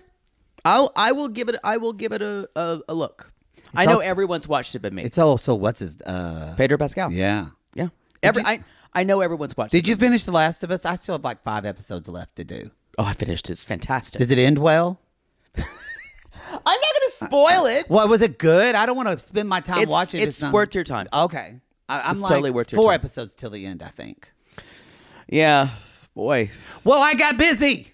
I'll I will give it I will give it a, a, a look. I know also- everyone's watched it but me. It's also what's his. uh Pedro Pascal. Yeah. Yeah. Every I I know everyone's watched it. Did you finish The Last of Us? I still have like five episodes left to do. Oh, I finished. It's fantastic. Does it end well? I'm not going to spoil it. Well, was it good? I don't want to spend my time It's- watching. it's something- worth your time. Okay, I, I'm It's like totally worth your four time. episodes till the end. I think. Yeah, boy. Well, I got busy.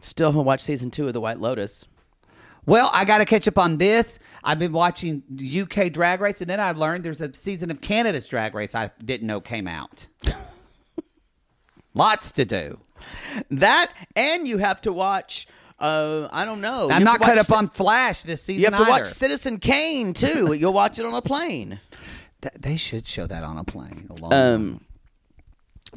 Still haven't watched season two of The White Lotus. Well, I got to catch up on this. I've been watching UK Drag Race, and then I learned there's a season of Canada's Drag Race I didn't know came out. Lots to do. That and you have to watch. Uh, I don't know. I'm You have not to watch caught up Ci- on Flash this season. You have to either. watch Citizen Kane too. You'll watch it on a plane. Th- they should show that on a plane. A long Um,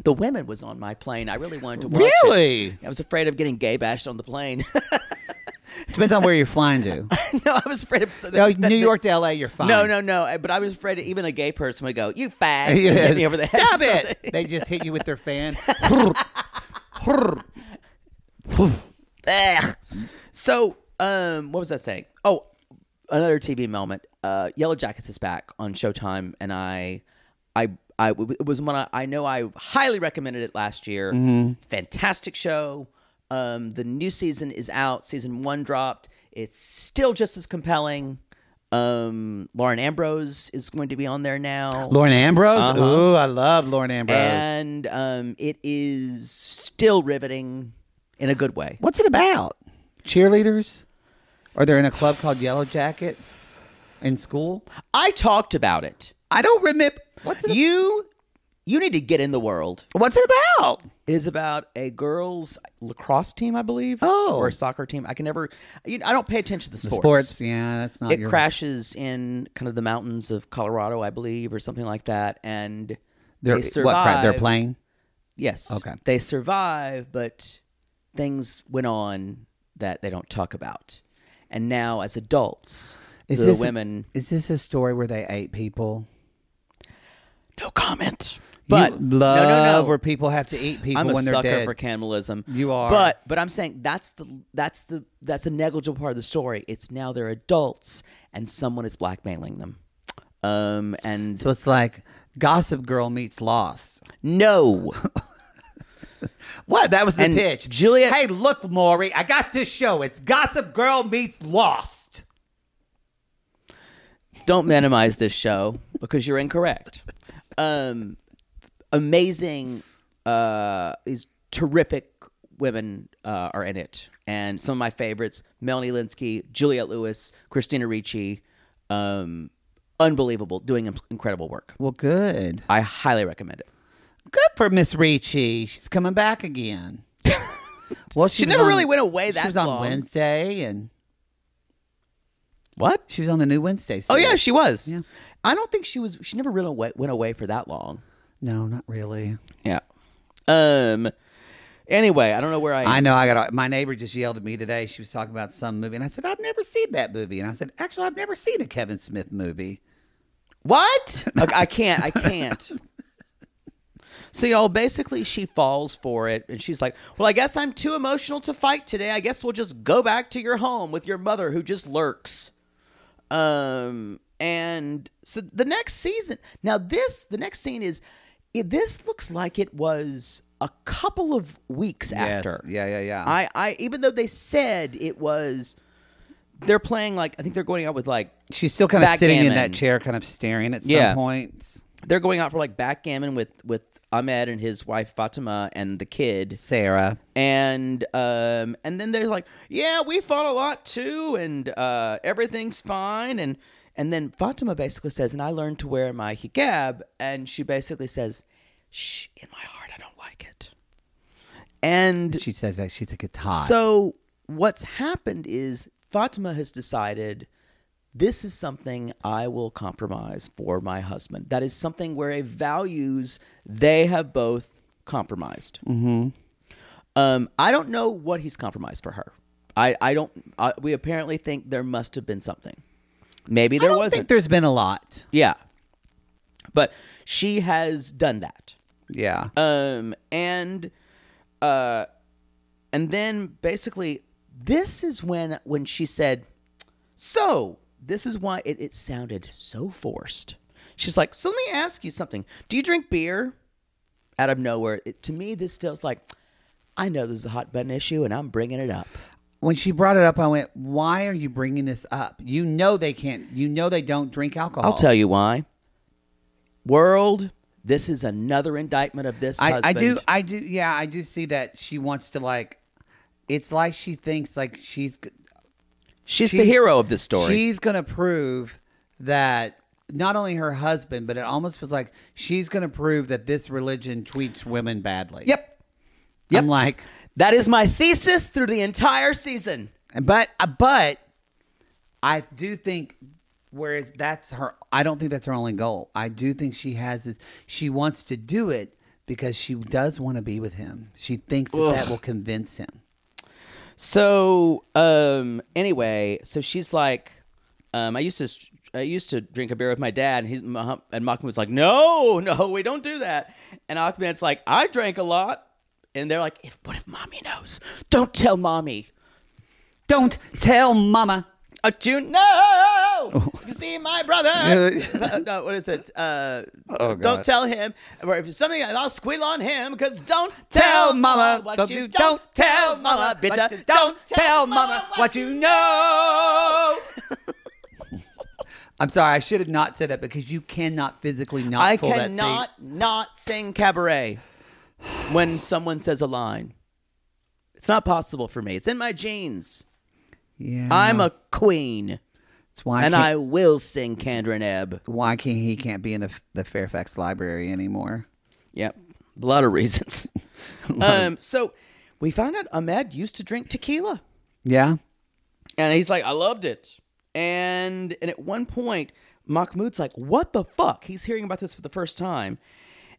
the women was on my plane. I really wanted to watch it. Really? I was afraid of getting gay bashed on the plane. Depends on where you're flying to. no, I was afraid of No, New York to LA, you're fine. No, no, no. But I was afraid even a gay person would go, "You fag," Yeah. and hit me over the head. Stop So- it! They just hit you with their fan. Ugh. So, um, what was I saying? Oh, another TV moment. Uh, Yellow Jackets is back on Showtime, and I, I, I it was one I, I know I highly recommended it last year. Mm-hmm. Fantastic show. Um, the new season is out. Season one dropped. It's still just as compelling. Um, Lauren Ambrose is going to be on there now. Lauren Ambrose? Ooh, I love Lauren Ambrose. Uh-huh. and um, it is still riveting in a good way. What's it about? Cheerleaders? Are they in a club called Yellow Jackets in school? I talked about it. I don't remember. What's it, you you need to get in the world. what's it about? It is about a girls lacrosse team, I believe, Oh. or a soccer team. I can never, you know, I don't pay attention to sports. Yeah, that's not It your crashes in kind of the mountains of Colorado, I believe, or something like that, and They're, they survive. What, cra- they're playing? Yes. Okay. They survive, but things went on that they don't talk about, and now as adults, the this a- women. is this a story where they ate people? no comment. You But love no, no, no. where people have to eat people I'm a when they're sucker dead. for cannibalism. You are. but but I'm saying that's the that's the that's a negligible part of the story. It's now they're adults and someone is blackmailing them. Um, and So it's like Gossip Girl meets Lost. no, What? That was the And pitch. Juliet- Hey, look, Maury, I got this show. It's Gossip Girl meets Lost. don't minimize this show because you're incorrect. Um, amazing uh, is terrific women uh, are in it, and some of my favorites: Melanie Linsky, Juliette Lewis, Christina Ricci. Um, unbelievable, doing im- incredible work. Well, good. I highly recommend it. Good for Miss Ricci. She's coming back again. well, She she, was never on- really went away that She was long. on Wednesday, and What? she was on the new Wednesday. Oh series. yeah, she was. Yeah. I don't think she was. She never really went, went away for that long. no, not really. Yeah. Um. Anyway, I don't know where I. I know. I got my neighbor just yelled at me today. She was talking about some movie, and I said I've never seen that movie. And I said, actually, I've never seen a Kevin Smith movie. What? Okay, I can't. I can't. So y'all, basically, she falls for it, and she's like, "Well, I guess I'm too emotional to fight today. I guess we'll just go back to your home with your mother, who just lurks." Um, and so the next season. Now this, the next scene is, it, this looks like it was a couple of weeks after. Yeah, yeah, yeah. I, I, even though they said it was, they're playing like I think they're going out with like She's still kind of sitting in that Backgammon. chair, kind of staring at some Yeah. points. they're going out for like backgammon with with Ahmed and his wife Fatima and the kid Sarah. and um and then they're like yeah we fought a lot too and uh everything's fine and and then Fatima basically says and I learned to wear my hijab and she basically says shh in my heart I don't like it and She says that she's a guitar. so what's happened is Fatima has decided this is something I will compromise for my husband. That is something where a values they have both compromised. Mm-hmm. Um, I don't know what he's compromised for her. I, I don't. I, we apparently think there must have been something. Maybe I there don't wasn't. think there's been a lot. yeah, but she has done that. Yeah. Um, and uh, and then basically, this is when when she said, "So this is why it, it sounded so forced." She's like, "So let me ask you something. Do you drink beer?" Out of nowhere, it, to me, this feels like I know this is a hot button issue, and I'm bringing it up. when she brought it up, I went, "Why are you bringing this up? You know they can't. You know they don't drink alcohol." I'll tell you why. World, this is another indictment of this I, husband. I do. I do. Yeah, I do see that she wants to like. It's like she thinks like she's She's she- the hero of this story. She's gonna prove that not only her husband, but it almost feels like she's gonna prove that this religion treats women badly. yep, yep. I'm like, That is my thesis through the entire season. But uh, but I do think whereas that's her I don't think that's her only goal. I do think she has this she wants to do it because she does want to be with him. She thinks that, that will convince him. So, um, anyway, so she's like, um, I used to, I used to drink a beer with my dad, and he's Mah- and Mahmoud was like, no, no, we don't do that. And Ahmed's like, I drank a lot, and they're like, if what if mommy knows? Don't tell mommy. Don't tell mama. Uh, June, Oh. no! You see my brother? Uh, no, what is it? Uh, Oh, don't tell him. Or if it's something, I'll squeal on him because don't Tell mama what what you you don't tell mama, bitch. bitch. Don't tell mama what you know. I'm sorry, I should have not said that because you cannot physically not I pull that scene. cannot not sing cabaret when someone says a line. It's not possible for me. It's in my genes. Yeah. I'm a queen, That's why and can't- I will sing Candor and Ebb. why can't he can't be in the, the Fairfax Library anymore? Yep, a lot of reasons. um, so we found out Ahmed used to drink tequila. Yeah, And he's like, I loved it. And and at one point, Mahmoud's like, What the fuck? He's hearing about this for the first time.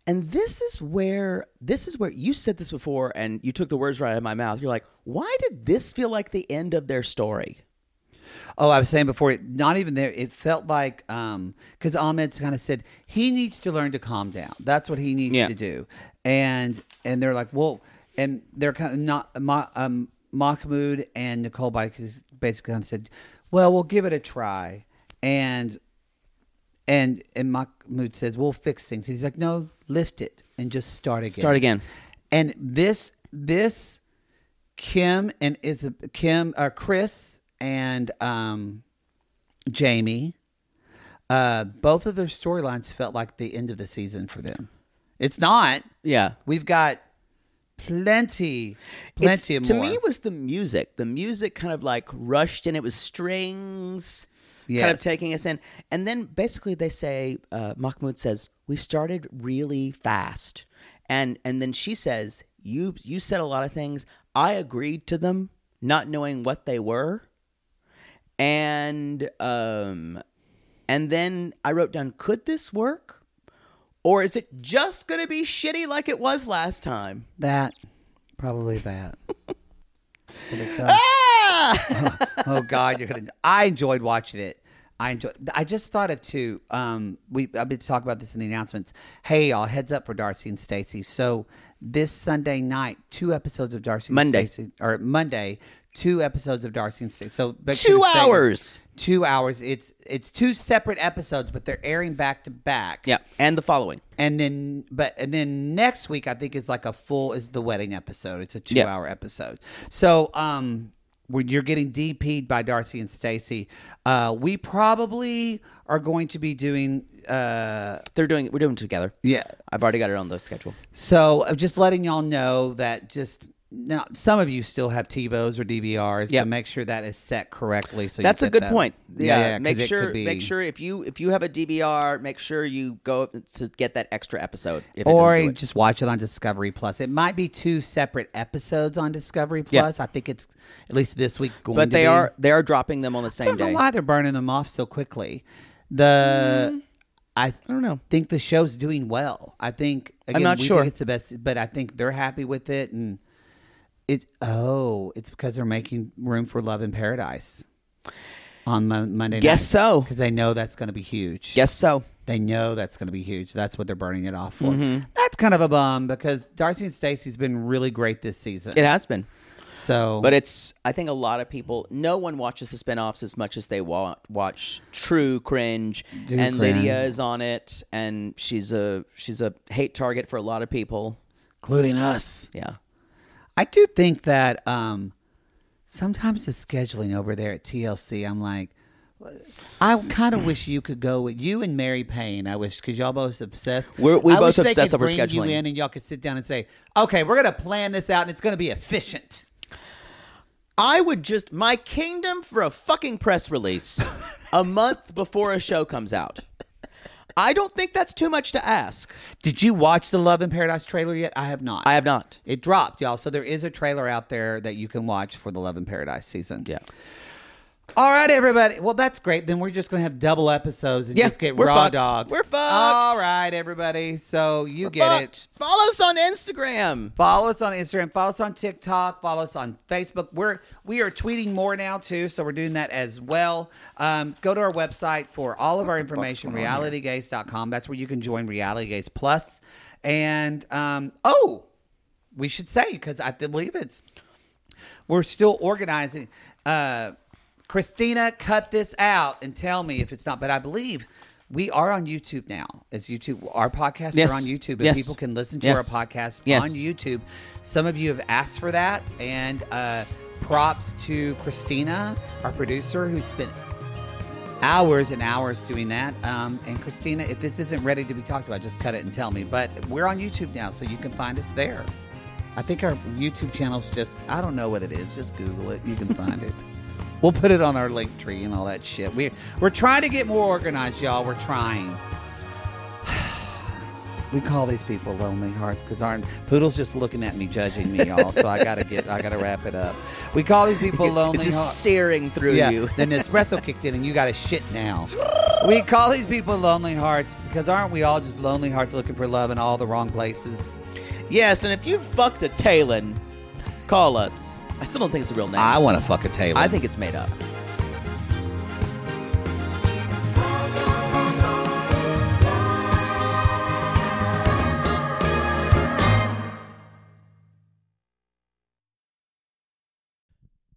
And this is where this is where you said this before and you took the words right out of my mouth. You're like, why did this feel like the end of their story? Oh, I was saying before, not even there. It felt like um because Ahmed's kind of said he needs to learn to calm down. That's what he needs Yeah. to do. And and they're like, well, and they're kind of not Ma, um, Mahmoud and Nicole Bike basically kind of said, well, we'll give it a try. And And and Mahmoud says, "We'll fix things." He's like, "No, lift it and just start again." Start again. And this this Kim and is Kim or Chris and um, Jamie. Uh, both of their storylines felt like the end of the season for them. It's not. Yeah. We've got plenty, It's- plenty of to more. me it was the music the music kind of like rushed in it was strings kind of Yes. taking us in and then basically they say uh, mahmoud says we started really fast and and then she says you you said a lot of things i agreed to them not knowing what they were and um and then i wrote down could this work or is it just gonna be shitty like it was last time that probably that. ah! oh God, you're gonna. I enjoyed watching it. I enjoyed. I just thought of two. Um, we I've been talking about this in the announcements. Hey, y'all, heads up for Darcy and Stacy. So this Sunday night, two episodes of Darcy Monday. and Stacy, or Monday, two episodes of Darcy and Stacy. So make Two sure to stay- hours. Two hours. It's it's two separate episodes, but they're airing back to back. Yeah, and the following. And then, but and then next week, I think it's like a full is the wedding episode. It's a two Yeah. hour episode. So, um, when you're getting DP'd by Darcy and Stacy, uh, we probably are going to be doing, uh, They're doing we're doing it together. yeah. I've already got it on the schedule. So, I'm just letting y'all know that just now, some of you still have TiVos or DVRs. Yeah. So make sure that is set correctly. So you That's a get good that- point. Yeah, 'cause make it sure could be- make sure if you if you have a DVR, make sure you go to get that extra episode. If it or doesn't do it. just watch it on Discovery Plus. It might be two separate episodes on Discovery Plus. I think it's at least this week going. but to they be. are they are dropping them on the I same don't know day. why they're burning them off so quickly. Mm. The I, I don't know. Think the show's doing well. I think again, not we sure. Think it's the best, but I think they're happy with it. And it oh, it's because they're making room for Love in Paradise on Mon- Monday. Guess so. because they know that's going to be huge. Guess so. They know that's going to be huge. That's what they're burning it off for. Mm-hmm. That's kind of a bum because Darcy and Stacy's been really great this season. It has been. so, But it's I think a lot of people no one watches the spin-offs as much as they wa- watch True Cringe and Lydia is on it and she's a she's a hate target for a lot of people. including us, Yeah. I do think that um, sometimes the scheduling over there at TLC, I'm like, I kind of wish you could go with you and Mary Payne. I wish because y'all both obsessed. We're- we I both wish they obsess could over bring You scheduling. in and y'all could sit down and say, okay, we're going to plan this out and it's going to be efficient. I would just my kingdom for a fucking press release a month before a show comes out. I don't think that's too much to ask. Did you watch the Love in Paradise trailer yet? I have not. I have not. It dropped, y'all. So there is a trailer out there that you can watch for the Love in Paradise season. Yeah. All right, everybody. Well, that's great. Then we're just gonna have double episodes and Yeah, just get we're raw fucked. dogged. We're fucked. All right, everybody. So you get it. But Follow us on Instagram. Follow us on Instagram. Follow us on TikTok. Follow us on Facebook. We're we are tweeting more now too, so we're doing that as well. Um, go to our website for all of our information, realitygaze.com. That's where you can join Reality Gaze Plus. And um, oh, we should say because I believe it's we're still organizing. Uh, Christina, cut this out and tell me if it's not. But I believe we are on YouTube now. As YouTube, our podcasts Yes. are on YouTube, and Yes. people can listen to Yes. our podcast Yes. on YouTube. Some of you have asked for that, and uh, props to Christina, our producer, who spent hours and hours doing that. Um, and Christina, if this isn't ready to be talked about, just cut it and tell me. But we're on YouTube now, so you can find us there. I think our YouTube channel's just, I don't know what it is. Just Google it. You can find it. We'll put it on our link tree and all that shit. We're, we're trying to get more organized, y'all. We're trying. We call these people lonely hearts because our poodle's just looking at me, judging me, y'all. So I gotta get, I gotta wrap it up. We call these people lonely It's just hearts. searing through you. Then Nespresso kicked in and you got a shit now. We call these people lonely hearts because aren't we all just lonely hearts looking for love in all the wrong places? Yes, and if you fucked a Talon, call us. I still don't think it's a real name. I want to fuck a Taylor. I think it's made up.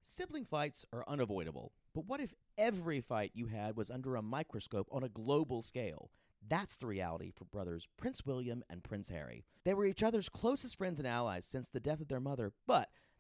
Sibling fights are unavoidable, but what if every fight you had was under a microscope on a global scale? That's the reality for brothers Prince William and Prince Harry. They were each other's closest friends and allies since the death of their mother, but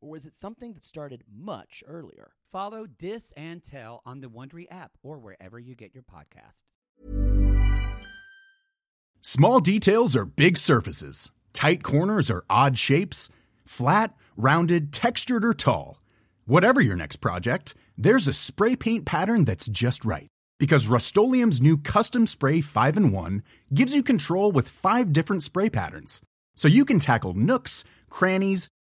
or was it something that started much earlier? Follow Dis and Tell on the Wondery app or wherever you get your podcast. Small details are big surfaces. Tight corners are odd shapes. Flat, rounded, textured, or tall. Whatever your next project, there's a spray paint pattern that's just right. Because Rust new Custom Spray 5 in 1 gives you control with five different spray patterns. So you can tackle nooks, crannies,